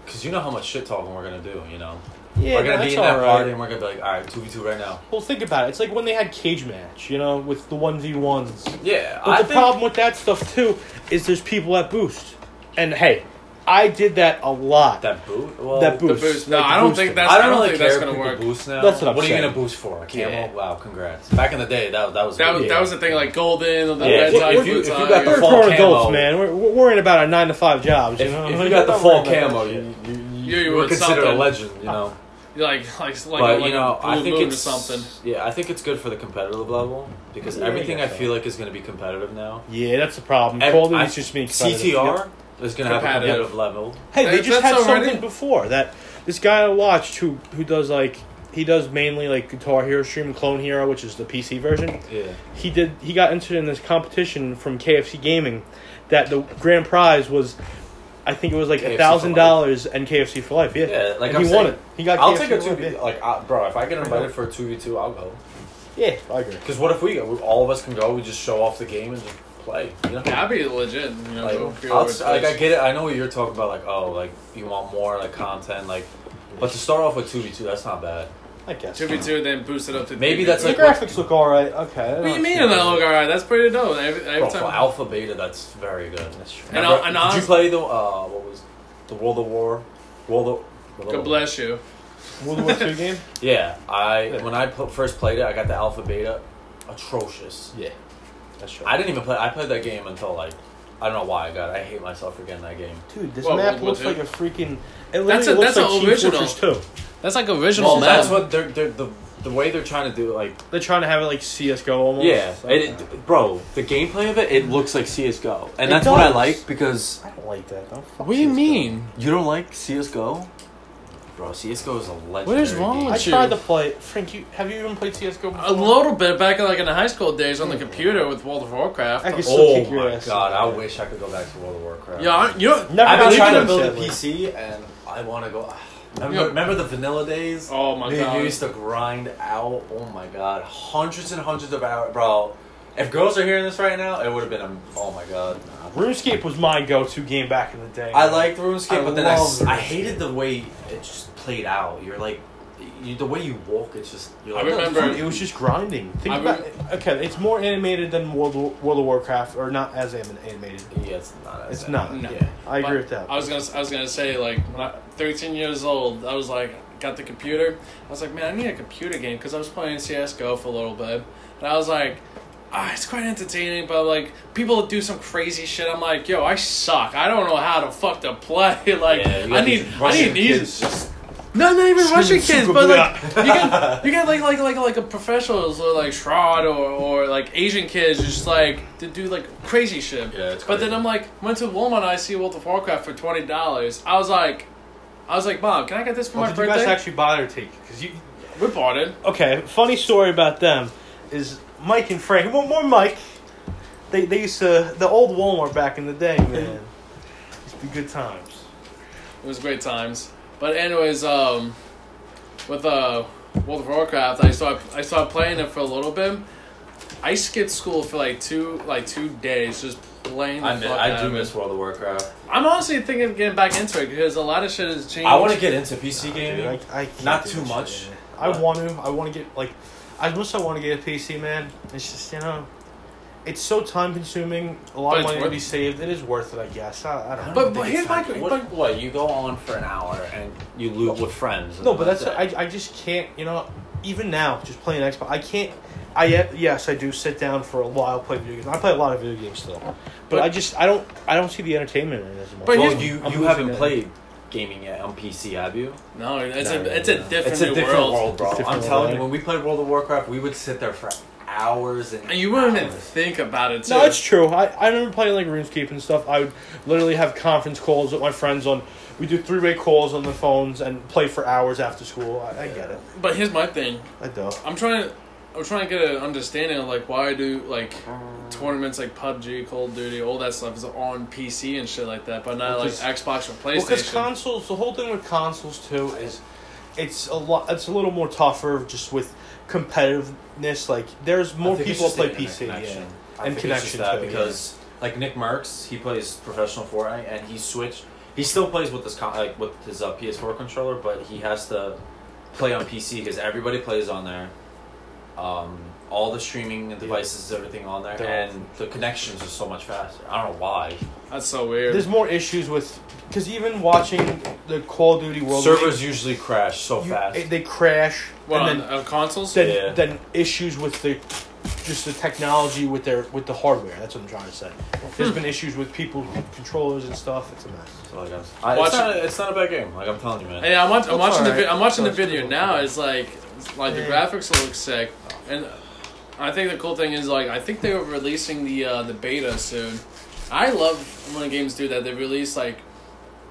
Speaker 1: because you know how much shit talking we're gonna do. You know,
Speaker 2: Yeah,
Speaker 1: we're gonna
Speaker 2: no,
Speaker 1: be
Speaker 2: that's
Speaker 1: in that
Speaker 2: all right.
Speaker 1: party and we're gonna be like, all right, two v two right now.
Speaker 2: Well, think about it. It's like when they had cage match, you know, with the one v ones. But
Speaker 1: Yeah,
Speaker 2: the problem with that stuff too is there's people at boost, and hey, I did that a lot.
Speaker 1: that boot. Well,
Speaker 2: That
Speaker 3: The
Speaker 2: boost.
Speaker 3: boost. No,
Speaker 2: Like the
Speaker 3: I don't
Speaker 2: boost
Speaker 3: think
Speaker 2: thing.
Speaker 3: that's.
Speaker 1: I don't really
Speaker 3: think
Speaker 1: care
Speaker 3: that's
Speaker 1: if
Speaker 3: gonna
Speaker 1: people
Speaker 3: work.
Speaker 1: boost now.
Speaker 2: That's what I'm
Speaker 1: What are you
Speaker 2: saying.
Speaker 1: gonna boost for? A camel?
Speaker 2: Yeah.
Speaker 1: Wow, congrats. Back in the day, that that was
Speaker 3: That was
Speaker 1: weird.
Speaker 3: that was the thing like golden. The
Speaker 1: Yeah,
Speaker 3: red
Speaker 1: if-
Speaker 3: tie,
Speaker 1: if you-
Speaker 3: blue
Speaker 1: if you
Speaker 3: tie.
Speaker 1: got the
Speaker 2: We're
Speaker 1: full
Speaker 2: grown
Speaker 1: camo.
Speaker 2: adults, man. We're, we're worrying about our nine to five jobs. You
Speaker 1: If,
Speaker 2: know,
Speaker 1: if
Speaker 2: We're
Speaker 1: you got the
Speaker 2: not
Speaker 1: full
Speaker 2: worrying about
Speaker 1: camo,
Speaker 2: that
Speaker 1: you,
Speaker 2: shit.
Speaker 1: you,
Speaker 3: You- you
Speaker 1: were
Speaker 3: were
Speaker 1: considered a
Speaker 3: something.
Speaker 1: legend, you know.
Speaker 3: like like like,
Speaker 1: but
Speaker 3: like
Speaker 1: you know,
Speaker 3: a blue
Speaker 1: I think
Speaker 3: moon
Speaker 1: it's
Speaker 3: or something.
Speaker 1: Yeah, I think it's good for the competitive level because
Speaker 2: Yeah, I
Speaker 1: everything I
Speaker 2: guess so.
Speaker 1: feel like is going to be competitive now.
Speaker 2: Yeah, that's the problem.
Speaker 1: Ev-
Speaker 2: Call of
Speaker 1: I-
Speaker 2: Duty's just being competitive.
Speaker 1: CTR. It's gonna have a
Speaker 3: Competitive.
Speaker 1: competitive level.
Speaker 2: Hey, they
Speaker 3: That-
Speaker 2: just had
Speaker 3: that's
Speaker 2: something
Speaker 3: already-
Speaker 2: before that. This guy I watched who who does like he does mainly like Guitar Hero Stream, Clone Hero, which is the PC version.
Speaker 1: Yeah.
Speaker 2: He did he got entered in this competition from KFC Gaming, that the grand prize was, I think it was like
Speaker 1: KFC
Speaker 2: a
Speaker 1: for
Speaker 2: thousand
Speaker 1: life.
Speaker 2: dollars and KFC for life. Yeah,
Speaker 1: Yeah, like
Speaker 2: and
Speaker 1: I'm
Speaker 2: he won
Speaker 1: saying,
Speaker 2: it. He got.
Speaker 1: I'll
Speaker 2: KFC
Speaker 1: take a
Speaker 2: for
Speaker 1: two
Speaker 2: life,
Speaker 1: v like I, bro. If I get invited for a two v two, I'll go.
Speaker 2: Yeah, yeah I agree.
Speaker 1: Because what if we go? all of us can go? We just show off the game and just play. You know.
Speaker 3: That'd be legit. You know,
Speaker 1: Like,
Speaker 3: go feel
Speaker 1: I'll,
Speaker 3: where it's
Speaker 1: like I
Speaker 3: placed.
Speaker 1: get it. I know what you're talking about. Like oh, like you want more like content. Like, but to start off with two v two, that's not bad.
Speaker 2: I guess.
Speaker 3: two
Speaker 2: The
Speaker 3: v two, then boosted up to
Speaker 1: Maybe
Speaker 3: 3v2.
Speaker 1: that's like-
Speaker 2: graphics look all right. Okay.
Speaker 3: What do you mean? And I look all right. That's pretty dope. Every, every
Speaker 1: Bro,
Speaker 3: time.
Speaker 1: for alpha beta, that's very good.
Speaker 2: That's true.
Speaker 3: And I'll- and
Speaker 1: did
Speaker 3: I'll-
Speaker 1: you play the uh what was the World of War? World of World
Speaker 3: God
Speaker 1: of-
Speaker 3: bless you.
Speaker 2: World War II game.
Speaker 1: Yeah, I
Speaker 2: Yeah.
Speaker 1: when I pl- first played it, I got the alpha beta, atrocious.
Speaker 2: Yeah, that's true.
Speaker 1: I didn't even play. I played that game until like I don't know why I got. It. I hate myself for getting that game.
Speaker 2: Dude, this
Speaker 3: Well,
Speaker 2: map
Speaker 3: World War
Speaker 2: looks
Speaker 3: II.
Speaker 2: like a freaking. It
Speaker 3: That's
Speaker 2: literally
Speaker 3: a-
Speaker 2: looks
Speaker 3: that's
Speaker 2: like
Speaker 3: a
Speaker 2: Team
Speaker 3: original.
Speaker 2: Fortress Two.
Speaker 3: That's like original
Speaker 1: Well,
Speaker 3: map.
Speaker 1: that's what they're, they're the the way they're trying to do it. Like
Speaker 2: They're trying to have it like CS:GO almost.
Speaker 1: yeah,
Speaker 2: Okay.
Speaker 1: it, it- bro, the gameplay of it it looks like CS:GO, and
Speaker 2: It
Speaker 1: that's what I
Speaker 2: does.
Speaker 1: like because
Speaker 2: I don't like that. Don't fuck
Speaker 3: What do you
Speaker 2: CS:GO.
Speaker 3: mean?
Speaker 1: you don't like CS:GO. Bro, CS:GO is a legendary.
Speaker 3: wrong
Speaker 1: game.
Speaker 2: I
Speaker 3: with you?
Speaker 2: tried to play Frank. You have you even played CS:GO? Before?
Speaker 3: A little bit back in like in the high school days on the computer with World of Warcraft.
Speaker 2: I guess- Still
Speaker 1: Oh
Speaker 2: kick your
Speaker 1: my
Speaker 2: ass.
Speaker 1: god! I wish I could go back to World of Warcraft.
Speaker 3: yeah, I- you know.
Speaker 2: Never
Speaker 1: I've
Speaker 2: got
Speaker 1: been trying to build a
Speaker 2: sadly.
Speaker 1: PC, and I want to go. ah,
Speaker 3: Yeah.
Speaker 1: Remember, remember the vanilla days?
Speaker 3: Oh my
Speaker 1: Dude,
Speaker 3: god.
Speaker 1: you used to grind out. Oh my god, hundreds and hundreds of hours, bro. If girls are hearing this right now, it would have been a. Oh my god.
Speaker 2: RuneScape was my go-to game back in the day.
Speaker 1: I liked RuneScape,
Speaker 2: I
Speaker 1: but then I,
Speaker 2: love
Speaker 1: s- I
Speaker 2: RuneScape.
Speaker 1: hated the way it just played out. You're like, you, the way you walk, it's just. You're
Speaker 3: I
Speaker 1: like,
Speaker 3: remember-
Speaker 2: Dude, it was just grinding. Think
Speaker 3: I
Speaker 2: about
Speaker 3: rem-
Speaker 2: okay, it's more animated than World War, World of Warcraft, or not as anim- animated.
Speaker 1: Yeah, it's not. as
Speaker 2: It's
Speaker 1: bad.
Speaker 2: not.
Speaker 3: No.
Speaker 1: Yeah.
Speaker 2: I agree
Speaker 3: But
Speaker 2: with that.
Speaker 3: I was gonna, I was gonna say like when I, 13 years old, I was like, got the computer. I was like, man, I need a computer game because I was playing CS:GO for a little bit, and I was like, ah, it's quite entertaining, but like people do some crazy shit. I'm like, yo, I suck. I don't know how to fuck to play. like,
Speaker 1: Yeah, you got
Speaker 3: I need,
Speaker 1: these
Speaker 3: I
Speaker 1: Russian
Speaker 3: need these.
Speaker 1: kids just-
Speaker 3: No, not even Russian kids,
Speaker 2: super
Speaker 3: but like
Speaker 2: black.
Speaker 3: you got you got like like like like a professionals or like Shroud or, or like Asian kids just like to do like crazy shit.
Speaker 1: Yeah, it's
Speaker 3: but then
Speaker 1: crazy.
Speaker 3: I'm like went to Walmart and I see World of Warcraft for twenty dollars. I was like I was like, Mom, can I get this for
Speaker 2: Well,
Speaker 3: my
Speaker 2: did you
Speaker 3: birthday?
Speaker 2: guys actually buy or take? Because you
Speaker 3: we bought it.
Speaker 2: okay, funny story about them is Mike and Frank. Well, more Mike. They they used to the old Walmart back in the day, man. Used to be good times.
Speaker 3: It was great times. But anyways, um, with uh, World of Warcraft, I started I started playing it for a little bit. I skipped school for like two like two days just playing. The
Speaker 1: I, mi-
Speaker 3: fuck
Speaker 1: I
Speaker 3: out
Speaker 1: do
Speaker 3: of it.
Speaker 1: miss World of Warcraft.
Speaker 3: I'm honestly thinking of getting back into it because a lot of shit has changed.
Speaker 1: I want to get into PC
Speaker 2: Dude,
Speaker 1: gaming.
Speaker 2: I, I can't
Speaker 1: Not
Speaker 2: do
Speaker 1: too
Speaker 2: this
Speaker 1: much,
Speaker 2: shit, man.
Speaker 1: but-
Speaker 2: I want to. I want to get like, as much as I want to get a PC, man. It's just you know, it's so time consuming. A lot
Speaker 3: But
Speaker 2: of
Speaker 3: it's
Speaker 2: money to
Speaker 3: worth
Speaker 2: be
Speaker 3: it.
Speaker 2: saved. It is worth it, I guess. I, I don't. know. I
Speaker 3: But,
Speaker 2: think
Speaker 3: but
Speaker 2: it's
Speaker 3: here's my
Speaker 2: time-
Speaker 3: que-
Speaker 1: What,
Speaker 3: but,
Speaker 1: what, you go on for an hour and you loot with friends. and
Speaker 2: No, but that's
Speaker 1: it.
Speaker 2: I, I just can't you know even now just playing Xbox I can't I yet yes I do sit down for a while play video games I play a lot of video games still but,
Speaker 3: But-
Speaker 2: I just I don't I don't see the entertainment in it as much.
Speaker 3: But
Speaker 1: well,
Speaker 3: here's-
Speaker 1: you,
Speaker 2: I'm
Speaker 1: you haven't
Speaker 2: losing it.
Speaker 1: played gaming yet on PC, have you?
Speaker 3: no, it's
Speaker 2: No,
Speaker 3: a
Speaker 2: no,
Speaker 3: it's a
Speaker 2: no.
Speaker 3: different,
Speaker 1: it's a
Speaker 3: new
Speaker 1: different world, bro.
Speaker 2: It's a
Speaker 1: I'm
Speaker 2: different
Speaker 1: telling
Speaker 2: world.
Speaker 1: you, when we played World of Warcraft, we would sit there for hours and,
Speaker 3: And you wouldn't even
Speaker 1: hours.
Speaker 3: think about it. Too.
Speaker 2: No, it's true. I, I remember playing like RuneScape and stuff. I would literally have conference calls with my friends on. We do three way calls on the phones and play for hours after school. I, I get it.
Speaker 3: But here's my thing.
Speaker 2: I do.
Speaker 3: I'm trying to I'm trying to get an understanding of like why I do like tournaments like PUBG, Call of Duty, all that stuff is on PC and shit like that, but not
Speaker 2: Well,
Speaker 3: like
Speaker 2: 'cause-
Speaker 3: Xbox or
Speaker 2: Well, because
Speaker 3: PlayStation.
Speaker 2: consoles, the whole thing with consoles too is, it's a lot. It's a little more tougher just with competitiveness. Like there's
Speaker 1: I
Speaker 2: more
Speaker 1: think it's
Speaker 2: people
Speaker 1: just
Speaker 2: that play
Speaker 1: the internet
Speaker 2: PC.
Speaker 1: connection.
Speaker 2: Yeah.
Speaker 1: I
Speaker 2: And
Speaker 1: think it's just
Speaker 2: connection,
Speaker 1: that
Speaker 2: too,
Speaker 1: because like Nick Marks, he plays professional Fortnite, and he switched. He still plays with this con- like with his uh, PS4 controller, but he has to play on PC because everybody plays on there. Um, all the streaming and
Speaker 2: Yeah.
Speaker 1: devices, everything on there,
Speaker 2: They're all-
Speaker 1: and the connections are so much faster. I don't know why.
Speaker 3: That's so weird.
Speaker 2: There's more issues with because even watching the Call of Duty World
Speaker 1: Servers usually crash so
Speaker 2: League, you-
Speaker 1: fast. uh,
Speaker 2: it- they crash.
Speaker 3: what
Speaker 2: and
Speaker 3: on,
Speaker 2: then
Speaker 3: on consoles?
Speaker 2: than
Speaker 1: Yeah.
Speaker 2: than issues with the just the technology with their with the hardware. That's what I'm trying to say.
Speaker 1: Hmm.
Speaker 2: There's been issues with people with controllers and stuff. It's a mess.
Speaker 1: So I guess. I,
Speaker 3: Watch
Speaker 1: it's, not, it's not a bad game. Like I'm telling you, man.
Speaker 3: Hey, I'm, watch, I'm
Speaker 2: It's
Speaker 3: watching the
Speaker 2: alright.
Speaker 3: vi- I'm watching the
Speaker 2: It's
Speaker 3: video
Speaker 2: cool.
Speaker 3: now. It's like it's like the
Speaker 2: Yeah.
Speaker 3: graphics look sick, and I think the cool thing is like I think they were releasing the uh, the beta soon, I love when games do that. They release like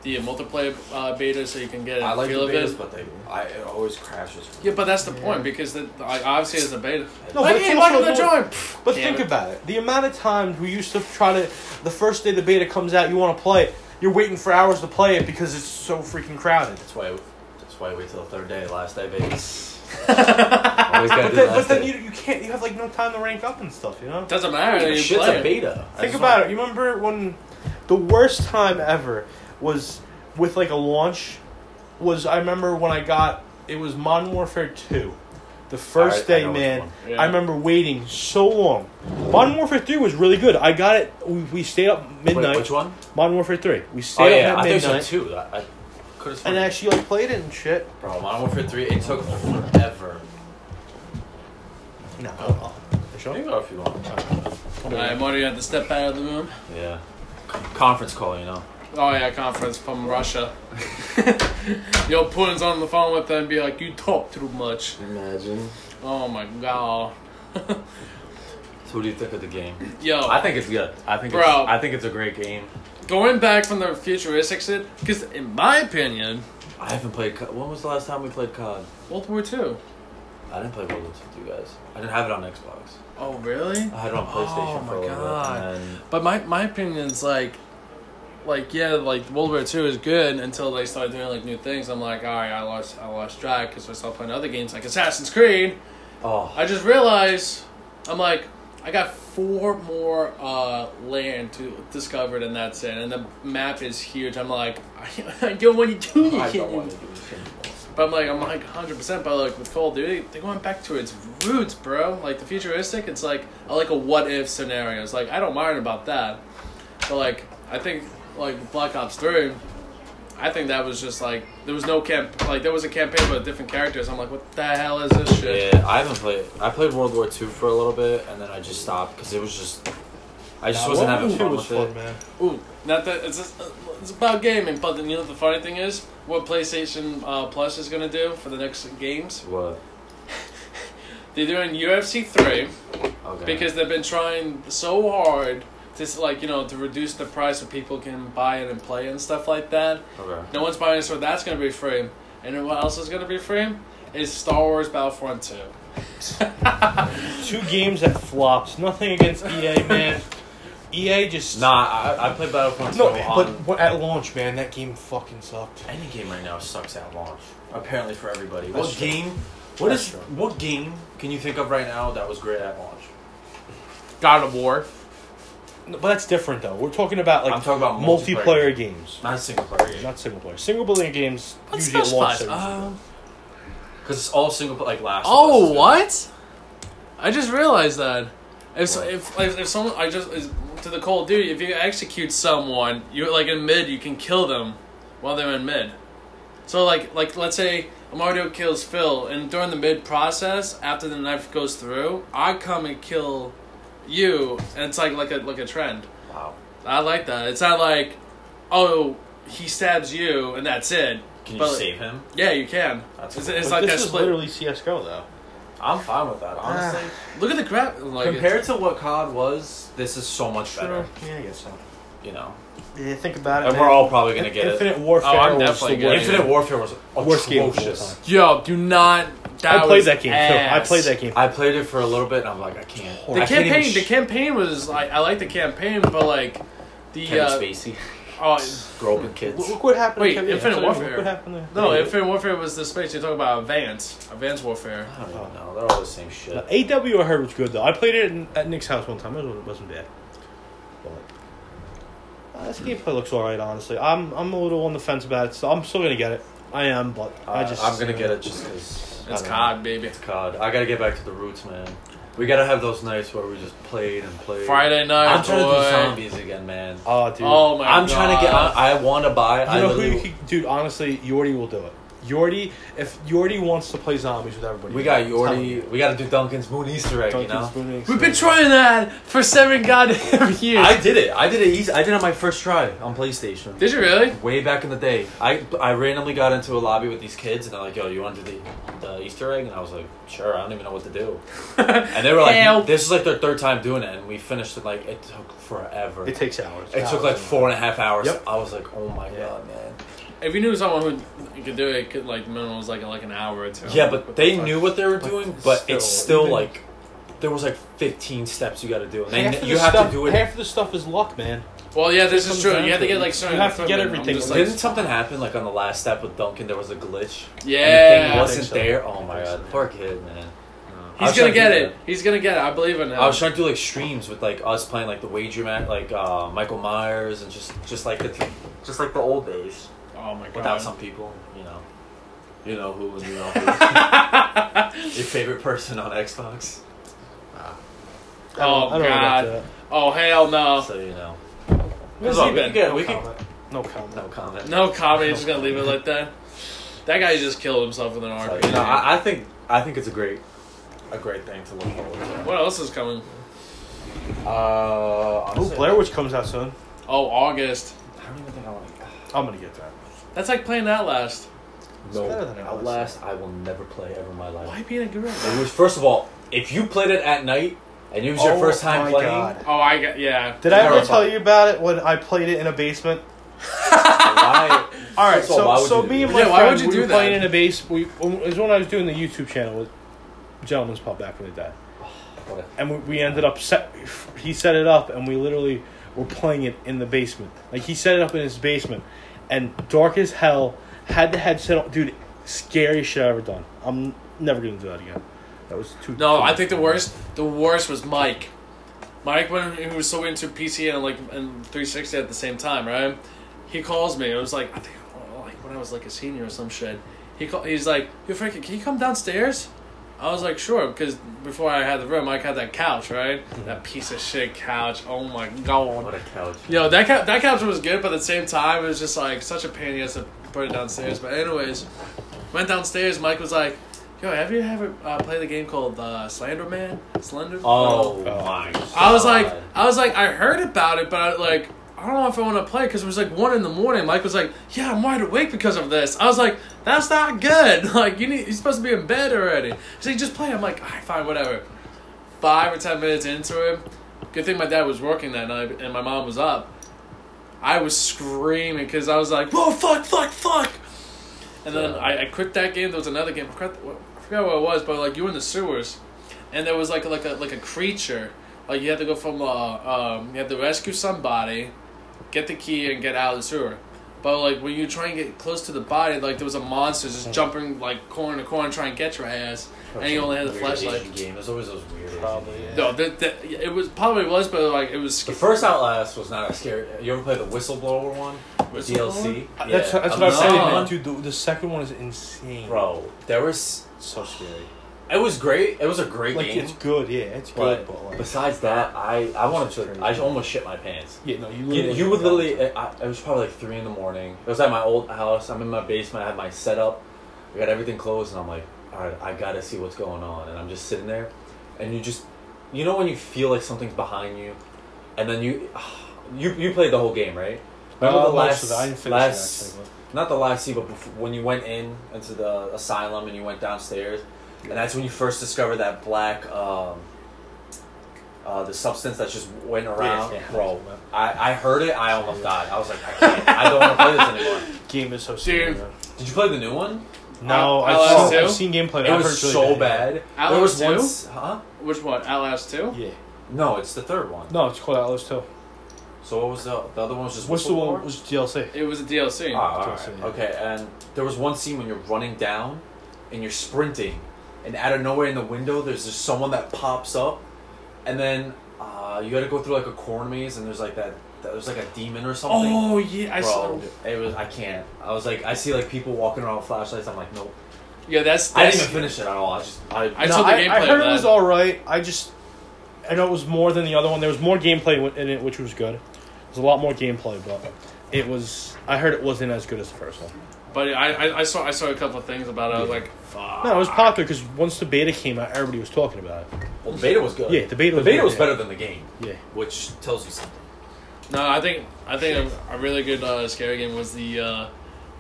Speaker 3: the multiplayer uh, beta so you can get a
Speaker 1: I like the
Speaker 3: feel of
Speaker 1: betas,
Speaker 3: it.
Speaker 1: but they, I, it always crashes. for me.
Speaker 3: Yeah, but that's the
Speaker 2: Yeah.
Speaker 3: point because the, like, obviously it's a beta.
Speaker 2: No,
Speaker 3: like,
Speaker 2: but it's
Speaker 3: hey, why
Speaker 2: also
Speaker 3: didn't I
Speaker 2: more-
Speaker 3: join? Pfft,
Speaker 2: But
Speaker 3: damn
Speaker 2: think
Speaker 3: it.
Speaker 2: about it. The amount of times we used to try to, the first day the beta comes out, you want to play it. You're waiting for hours to play it because it's so freaking crowded.
Speaker 1: That's why. That's why I wait till the third day, last day, Vegas. always gotta
Speaker 2: But
Speaker 1: do
Speaker 2: then,
Speaker 1: last
Speaker 2: but then
Speaker 1: day.
Speaker 2: you, you can't. You have like no time to rank up and stuff. You know.
Speaker 3: Doesn't matter.
Speaker 1: Yeah,
Speaker 3: you
Speaker 1: but shit's
Speaker 3: play
Speaker 1: a
Speaker 3: it.
Speaker 1: beta. I
Speaker 2: Think
Speaker 1: just
Speaker 2: about
Speaker 1: don't-
Speaker 2: it. You remember when the worst time ever was with like a launch was I remember when I got it was Modern Warfare 2. The first
Speaker 1: I- I
Speaker 2: day,
Speaker 1: know which
Speaker 2: man,
Speaker 1: one.
Speaker 3: Yeah.
Speaker 2: I remember waiting so long. Modern Warfare 3 was really good. I got it. We, we stayed up midnight.
Speaker 1: Wait, which one?
Speaker 2: Modern Warfare 3.
Speaker 1: Oh
Speaker 2: We stayed
Speaker 1: yeah,
Speaker 2: up
Speaker 1: I
Speaker 2: at
Speaker 1: think so
Speaker 2: midnight.
Speaker 1: too. I, I could have
Speaker 2: and actually, like, played it and shit.
Speaker 1: Bro, Modern Warfare Three. It took forever.
Speaker 2: No.
Speaker 1: Oh.
Speaker 2: You
Speaker 1: You
Speaker 2: sure?
Speaker 1: can go if you want.
Speaker 3: Alright, I'm already at the step out of the room.
Speaker 1: Yeah. Con- Conference call, you know.
Speaker 3: Oh yeah, conference from Russia. Yo, Putin's on the phone with them, be like, "You talk too much."
Speaker 4: Imagine.
Speaker 3: Oh my god.
Speaker 1: So what do you think of the game?
Speaker 3: Yo,
Speaker 1: I think it's good. I think
Speaker 3: Bro.
Speaker 1: it's I think it's a great game.
Speaker 3: going back from the futuristic shit, because in my opinion,
Speaker 1: I haven't played COD. When was the last time we played COD?
Speaker 3: World War Two.
Speaker 1: I didn't play World War II with you guys. I didn't have it on Xbox.
Speaker 3: Oh really?
Speaker 1: I had it on PlayStation
Speaker 3: Oh,
Speaker 1: for a
Speaker 3: my
Speaker 1: little
Speaker 3: God.
Speaker 1: bit. And
Speaker 3: But my my opinion is like, like yeah, like World War Two is good until they start doing like new things. I'm like, all right, I lost I lost track because I started playing other games like Assassin's Creed.
Speaker 1: oh,
Speaker 3: I just realized I'm like I got four more uh, land to discovered and that's it. And the map is huge. I'm like I don't want to do it.
Speaker 1: I don't want to do this anymore.
Speaker 3: But I'm like, I'm like 100%. But like with Call of Duty, they're going back to its roots, bro. Like the futuristic, it's like I like a what if scenario. It's like I don't mind about that. But like I think like Black Ops Three, I think that was just like there was no camp. Like there was a campaign with different characters. I'm like, what the hell is this shit?
Speaker 1: Yeah, I haven't played. I played World War II for a little bit, and then I just stopped because it was just. I just wasn't having fun with it.
Speaker 2: man.
Speaker 3: Ooh, not that it's just, it's about gaming. But then, you know the funny thing is, what PlayStation uh, Plus is gonna do for the next games?
Speaker 1: What?
Speaker 3: They're doing UFC Three.
Speaker 1: Okay.
Speaker 3: because they've been trying so hard to s- like you know to reduce the price so people can buy it and play it and stuff like that.
Speaker 1: okay.
Speaker 3: No one's buying it, so that's gonna be free. And then what else is gonna be free is Star Wars Battlefront Two.
Speaker 2: Two games that flopped. Nothing against EA, man. EA just.
Speaker 1: Nah, I, I played Battlefront.
Speaker 2: No,
Speaker 1: so
Speaker 2: but
Speaker 1: on-
Speaker 2: what- at launch, man, that game fucking sucked.
Speaker 1: any game right now sucks at launch. Apparently for everybody.
Speaker 2: That's
Speaker 1: what
Speaker 2: true.
Speaker 1: game? What
Speaker 2: That's
Speaker 1: is?
Speaker 2: true.
Speaker 1: What game can you think of right now that was great at launch?
Speaker 3: God of War.
Speaker 2: No, but that's different though. We're talking about like
Speaker 1: I'm talking about
Speaker 2: multiplayer,
Speaker 1: multiplayer.
Speaker 2: games,
Speaker 1: Not a single player game.
Speaker 2: not single player. Single player games
Speaker 3: What's
Speaker 2: usually at launch.
Speaker 3: specialized?
Speaker 2: services.
Speaker 1: Uh,
Speaker 3: Um,
Speaker 1: Because it's all single player. Like last. of Us is
Speaker 3: oh
Speaker 1: good.
Speaker 3: what? I just realized that. If so,
Speaker 1: What?
Speaker 3: if like, if someone I just is, to the Call of Duty, if you execute someone, you like in mid, you can kill them while they're in mid. So like like let's say Mario kills Phil, and during the mid process, after the knife goes through, I come and kill you, and it's like like a like a trend.
Speaker 1: Wow.
Speaker 3: I like that. It's not like oh he stabs you and that's it.
Speaker 1: Can you
Speaker 3: But-
Speaker 1: save him?
Speaker 3: Yeah, you can.
Speaker 1: That's
Speaker 3: it's
Speaker 1: cool.
Speaker 3: it's
Speaker 2: But
Speaker 3: like that
Speaker 2: this is
Speaker 3: split.
Speaker 2: literally CS:GO though.
Speaker 1: I'm fine with that. Honestly,
Speaker 3: Look at the crap. Like it's-
Speaker 1: compared to what COD was, this is so much better.
Speaker 2: Yeah, I guess so.
Speaker 1: You know,
Speaker 2: Yeah, think about it.
Speaker 1: and
Speaker 2: man.
Speaker 1: we're all probably gonna get it.
Speaker 2: Infinite Warfare.
Speaker 3: Oh, I'm
Speaker 2: was
Speaker 3: definitely
Speaker 2: the
Speaker 3: getting
Speaker 2: worst.
Speaker 3: it.
Speaker 1: Infinite Warfare was
Speaker 2: Worst game of all
Speaker 1: atrocious.
Speaker 2: time.
Speaker 3: Yo, do not. That
Speaker 2: I played
Speaker 3: was
Speaker 2: that game. Too. I
Speaker 3: ass.
Speaker 2: played that game.
Speaker 1: I played it for a little bit and I'm like, I can't.
Speaker 2: The
Speaker 3: The
Speaker 1: I can't even
Speaker 3: campaign,
Speaker 1: sh-
Speaker 3: the campaign was like I like the campaign, but like the
Speaker 1: Kevin
Speaker 3: uh,
Speaker 1: Spacey,
Speaker 3: oh
Speaker 1: Groban kids.
Speaker 2: Look what happened.
Speaker 3: Wait,
Speaker 2: to Kevin-
Speaker 3: Infinite
Speaker 2: look
Speaker 3: Warfare.
Speaker 2: What happened there?
Speaker 3: no, Infinite Warfare was the space you're talking about. Advanced, Advanced Warfare.
Speaker 1: I don't even know. They're all the same shit.
Speaker 2: The AW I heard was good though. I played it in, at Nick's house one time. It wasn't, wasn't bad. But, uh, this gameplay looks alright, honestly. I'm I'm a little on the fence about it. So I'm still gonna get it. I am, but I
Speaker 1: Uh,
Speaker 2: just
Speaker 1: I'm gonna get it just because
Speaker 3: It's
Speaker 2: I don't
Speaker 3: COD, baby.
Speaker 1: COD. I gotta get back to the roots, man. We gotta have those nights where we just played and played.
Speaker 3: Friday night,
Speaker 1: I'm trying to do
Speaker 3: boy.
Speaker 1: zombies again, man.
Speaker 2: Oh, dude.
Speaker 3: Oh my
Speaker 1: I'm
Speaker 3: god!
Speaker 1: trying to get. I, I want to buy.
Speaker 2: you
Speaker 1: I
Speaker 2: know who
Speaker 1: literally-
Speaker 2: you could, dude? Honestly, Yordi will do it. Yordi, if Yordi wants to play zombies with everybody,
Speaker 1: We got
Speaker 2: tell him.
Speaker 1: Yordi. We got to do Duncan's Moon Easter egg. you
Speaker 2: Duncan's
Speaker 1: know.
Speaker 2: Spoon Eggs.
Speaker 3: We've been trying that for seven goddamn years.
Speaker 1: I did it. I did it easy. I did it on my first try on PlayStation.
Speaker 3: Did you really?
Speaker 1: Way back in the day, I I randomly got into a lobby with these kids, and they're like, "Yo, you want to do the, the Easter egg?" And I was like, "Sure." I don't even know what to do. And they were like,
Speaker 3: Help.
Speaker 1: "This is like their third time doing it," and we finished it like it took forever.
Speaker 2: It takes hours.
Speaker 1: It took like four and a half hours.
Speaker 2: Yep.
Speaker 1: I was like, "Oh my
Speaker 2: Yeah.
Speaker 1: god, man!"
Speaker 3: If you knew someone who could do it, it could, like the minimum was like like an hour or two.
Speaker 1: Yeah, but they knew what they were
Speaker 2: But
Speaker 1: doing, but it's
Speaker 2: still,
Speaker 1: still
Speaker 2: even-
Speaker 1: like there was like 15 steps you got to do, and
Speaker 2: Half
Speaker 1: then
Speaker 2: of
Speaker 1: you
Speaker 2: the
Speaker 1: have
Speaker 2: stuff-
Speaker 1: to do it.
Speaker 2: Half of the stuff is luck, man.
Speaker 3: Well, yeah, this is true.
Speaker 1: Sometimes
Speaker 3: You have to get
Speaker 1: they-
Speaker 3: like certain.
Speaker 2: you have to get
Speaker 3: equipment. I'm
Speaker 2: everything.
Speaker 3: just,
Speaker 2: Well,
Speaker 3: like,
Speaker 1: Didn't something happen like on the last step with Duncan? There was a glitch. and the
Speaker 3: yeah,
Speaker 1: thing
Speaker 2: I
Speaker 1: wasn't
Speaker 2: think so.
Speaker 1: there. Oh my
Speaker 2: I think so,
Speaker 1: god,
Speaker 2: yeah.
Speaker 1: poor kid, man. I
Speaker 3: he's
Speaker 1: was trying
Speaker 3: gonna
Speaker 1: to
Speaker 3: get
Speaker 1: do
Speaker 3: it. He's gonna get it. I believe in him.
Speaker 1: I was trying to do like streams with like us playing like the wager mat, like uh, Michael Myers, and just just like the t- just like the old days
Speaker 3: Oh my god.
Speaker 1: without some people, you know, you know who, and you know who. your favorite person on Xbox.
Speaker 2: I don't-
Speaker 3: Oh,
Speaker 2: I don't know about
Speaker 3: God.
Speaker 2: that.
Speaker 3: Oh hell no.
Speaker 1: So you know,
Speaker 3: Where's
Speaker 1: Look,
Speaker 3: he been?
Speaker 1: Yeah,
Speaker 2: no
Speaker 1: we can-
Speaker 2: comment. No comment.
Speaker 1: no comment.
Speaker 3: No comedy. Just gonna leave it like that. That guy just killed himself with an
Speaker 1: So,
Speaker 3: RPG.
Speaker 1: you know, I, I think I think it's a great a great thing to look forward to.
Speaker 3: what else is coming?
Speaker 1: Uh,
Speaker 2: Ooh,
Speaker 1: honestly,
Speaker 2: Blair Witch comes out soon.
Speaker 3: Oh, August.
Speaker 1: I don't even think I want to.
Speaker 2: I'm gonna get that.
Speaker 3: That's like playing that last.
Speaker 1: No,
Speaker 2: better than Outlast.
Speaker 1: Outlast I will never play ever in my life.
Speaker 3: Why being a gorilla?
Speaker 1: It was first of all, if you played it at night and it was your
Speaker 2: Oh
Speaker 1: first time
Speaker 2: my
Speaker 1: playing,
Speaker 2: God.
Speaker 3: Oh, I got yeah.
Speaker 2: Did I ever
Speaker 1: Terrifying.
Speaker 2: tell you about it when I played it in a basement?
Speaker 1: why?
Speaker 2: All right,
Speaker 1: First of all,
Speaker 2: so
Speaker 1: why would
Speaker 2: so
Speaker 1: you
Speaker 2: me
Speaker 1: do
Speaker 2: and
Speaker 1: that?
Speaker 2: my
Speaker 3: Yeah, why
Speaker 2: friend
Speaker 3: would you
Speaker 2: we
Speaker 3: do
Speaker 2: were
Speaker 3: that?
Speaker 2: playing in a base. We it was when I was doing the YouTube channel with Gentleman's Pub back when they died,
Speaker 1: What a-
Speaker 2: and we, we ended up set. He set it up, and we literally were playing it in the basement. Like he set it up in his basement, and dark as hell. Had the headset on, dude. Scariest shit I ever done. I'm never gonna do that again. That was too.
Speaker 3: No,
Speaker 2: too
Speaker 3: I
Speaker 2: much.
Speaker 3: think the worst, the worst was Mike. Mike, when he was so into PC and like and 360 at the same time, right? He calls me. It was like I think oh, like when I was like a senior or some shit. He call, he's like, "Yo, Frankie, can you come downstairs?" I was like, "Sure," because before I had the room, Mike had that couch, right? That piece of shit couch. Oh my
Speaker 1: what
Speaker 3: god.
Speaker 1: a couch.
Speaker 3: Yo, that cou- that couch was good, but at the same time, it was just like such a pain. He has to put it downstairs. But anyways, went downstairs. Mike was like, "Yo, have you ever uh, played a game called uh, Slender Man? Slender?"
Speaker 1: Oh,
Speaker 2: Oh.
Speaker 1: my! God.
Speaker 3: I was like, I was like, I heard about it, but I, like, I don't know if I want to play because it was like one in the morning. Mike was like, "Yeah, I'm wide awake because of this." I was like, "That's not good. Like, you need, you're supposed to be in bed already." So he just play. I'm like, "All right, fine, whatever." Five or ten minutes into it, good thing my dad was working that night and my mom was up. I was screaming because I was like, "Whoa, fuck, fuck, fuck!" And then I, I quit that game. There was another game. I forgot, I forgot what it was, but like you were in the sewers, and there was like like a like a creature. Like you had to go from uh, um, you had to rescue somebody, get the key, and get out of the sewer. But like when you try and get close to the body, like there was a monster
Speaker 1: Hmm.
Speaker 3: just jumping like corner to corner trying to get your ass, and you only had the
Speaker 1: Weird
Speaker 3: flashlight.
Speaker 1: Asian game. There's always those weird. Asian
Speaker 2: Probably,
Speaker 1: games.
Speaker 2: yeah.
Speaker 3: No, that, that, it was probably was, but like it was
Speaker 1: The first Outlast was not a scary. You ever play the Whistleblower one? DLC. Yeah.
Speaker 2: That's, that's what I was
Speaker 1: Another
Speaker 2: saying,
Speaker 1: one.
Speaker 2: man. Dude, the, the second one is insane.
Speaker 1: Bro, there was.
Speaker 2: so scary.
Speaker 1: It was great. It was a great
Speaker 2: Like
Speaker 1: game.
Speaker 2: it's good, yeah, it's
Speaker 1: but
Speaker 2: good, but, like,
Speaker 1: besides that, I I wanted
Speaker 2: It's
Speaker 1: to.
Speaker 2: crazy.
Speaker 1: I almost shit my pants.
Speaker 2: yeah, no, you
Speaker 1: You,
Speaker 2: literally
Speaker 1: you would literally. I, it was probably like three in the morning. It was at my old house. I'm in my basement. I had my setup. I got everything closed, and I'm like, all right, I gotta see what's going on. And I'm just sitting there, and you just, you know, when you feel like something's behind you, and then you, you you played the whole game, right? Remember
Speaker 2: Uh,
Speaker 1: the
Speaker 2: most of
Speaker 1: last
Speaker 2: it. I didn't finish it,
Speaker 1: last
Speaker 2: actually,
Speaker 1: not the last scene, but before, when you went in into the asylum and you went downstairs, and that's when you first discovered that black, um, uh, the substance that just went around.
Speaker 2: yeah.
Speaker 1: Bro, I, I heard it. I almost died. I was like, I can't. I don't want to play this anymore.
Speaker 2: but game is so scary.
Speaker 3: Dude.
Speaker 2: man.
Speaker 1: Did you play the new one?
Speaker 2: No,
Speaker 3: I- I
Speaker 2: I've,
Speaker 3: lost
Speaker 2: seen,
Speaker 3: two.
Speaker 2: Oh, I've seen gameplay.
Speaker 1: It
Speaker 2: I've
Speaker 1: was
Speaker 2: heard it's
Speaker 1: so
Speaker 2: really
Speaker 1: bad. there
Speaker 3: Outlast
Speaker 1: was
Speaker 3: two?
Speaker 1: once, huh?
Speaker 3: Which one? Outlast Two.
Speaker 2: Yeah.
Speaker 1: No, it's the third one.
Speaker 2: No, it's called Outlast 2. So
Speaker 1: So what was the the other one? Was just
Speaker 2: what's the
Speaker 1: Whistleblower?
Speaker 2: one? Was DLC?
Speaker 3: It was a DLC.
Speaker 1: Ah, all
Speaker 2: DLC,
Speaker 1: right.
Speaker 2: yeah.
Speaker 1: Okay, and there was one scene when you're running down and you're sprinting, and out of nowhere in the window, there's just someone that pops up, and then uh, you got to go through like a corn maze, and there's like that, that there's like a demon or something.
Speaker 3: oh yeah, I saw.
Speaker 1: Bro, it was I can't. I was like, I see like people walking around with flashlights. I'm like, nope.
Speaker 3: Yeah, that's.
Speaker 1: I
Speaker 3: that's
Speaker 1: didn't even finish it at all. I just I,
Speaker 3: I saw the
Speaker 2: I, I
Speaker 3: gameplay
Speaker 2: heard
Speaker 3: of
Speaker 2: it was
Speaker 3: that.
Speaker 2: all right. I just, I know it was more than the other one. There was more gameplay wi- in it, which was good. There's a lot more gameplay, but it was. I heard it wasn't as good as the first one.
Speaker 3: But I, I, I saw I saw a couple of things about it. I was like, fuck.
Speaker 2: No, it was popular because once the beta came out, everybody was talking about it.
Speaker 1: Well, the beta was good.
Speaker 2: Yeah, the beta
Speaker 1: the
Speaker 2: was
Speaker 1: beta
Speaker 2: good,
Speaker 1: was
Speaker 2: yeah.
Speaker 1: better than the game,
Speaker 2: Yeah.
Speaker 1: which tells you something.
Speaker 3: No, I think I think a, a really good uh, scary game was the uh,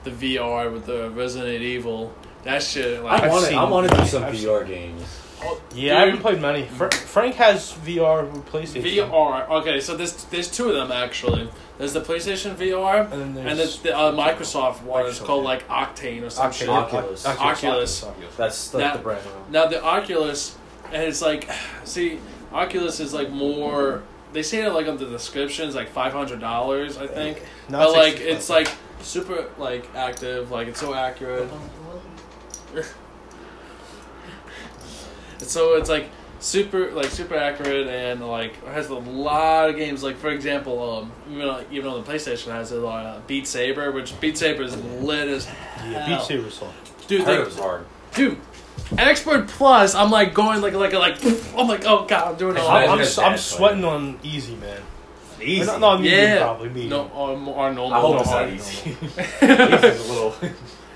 Speaker 3: the VR with the Resident Evil. That shit, like,
Speaker 1: I
Speaker 2: I've
Speaker 1: want to.
Speaker 2: seen-
Speaker 1: I want to do some
Speaker 2: I've
Speaker 1: VR games.
Speaker 3: oh,
Speaker 2: Yeah, I haven't
Speaker 3: dude,
Speaker 2: played many. Fra- Frank has VR with PlayStation.
Speaker 3: VR. Okay, so there's there's two of them actually. There's the PlayStation
Speaker 2: And
Speaker 3: VR,
Speaker 2: then there's-
Speaker 3: and there's the uh, Microsoft one. It's
Speaker 2: Microsoft,
Speaker 3: called
Speaker 2: yeah.
Speaker 3: like Octane or
Speaker 2: Ocu-
Speaker 3: some shit.
Speaker 1: Oculus.
Speaker 2: Ocu-
Speaker 3: Oculus.
Speaker 1: That's like
Speaker 3: That-
Speaker 1: the brand. new-
Speaker 3: Now the Oculus, and it's like, see, Oculus is like more. They say it like on the descriptions, like five hundred dollars, I think.
Speaker 2: Not
Speaker 3: but like,
Speaker 2: 65.
Speaker 3: it's like super like active, like it's so accurate. so it's like super, like super accurate, and like has a lot of games. Like for example, um, even on, even on the PlayStation, it has a lot of Beat Saber, which Beat Saber is lit as hell.
Speaker 2: Yeah, Beat Saber song.
Speaker 1: I
Speaker 3: dude.
Speaker 1: heard
Speaker 3: Like,
Speaker 1: it was hard.
Speaker 3: dude. Expert Plus, I'm like going like like like I'm like oh god, I'm doing all
Speaker 2: I'm,
Speaker 1: Imagine
Speaker 2: I'm,
Speaker 1: a
Speaker 2: s- I'm
Speaker 1: dad
Speaker 2: sweating on easy, man.
Speaker 1: Easy.
Speaker 2: No, no, medium
Speaker 3: Yeah.
Speaker 2: probably. Medium.
Speaker 3: no uh, or, or normal.
Speaker 1: I hope
Speaker 3: or
Speaker 1: it's not
Speaker 3: hard.
Speaker 1: easy. Easy's a little.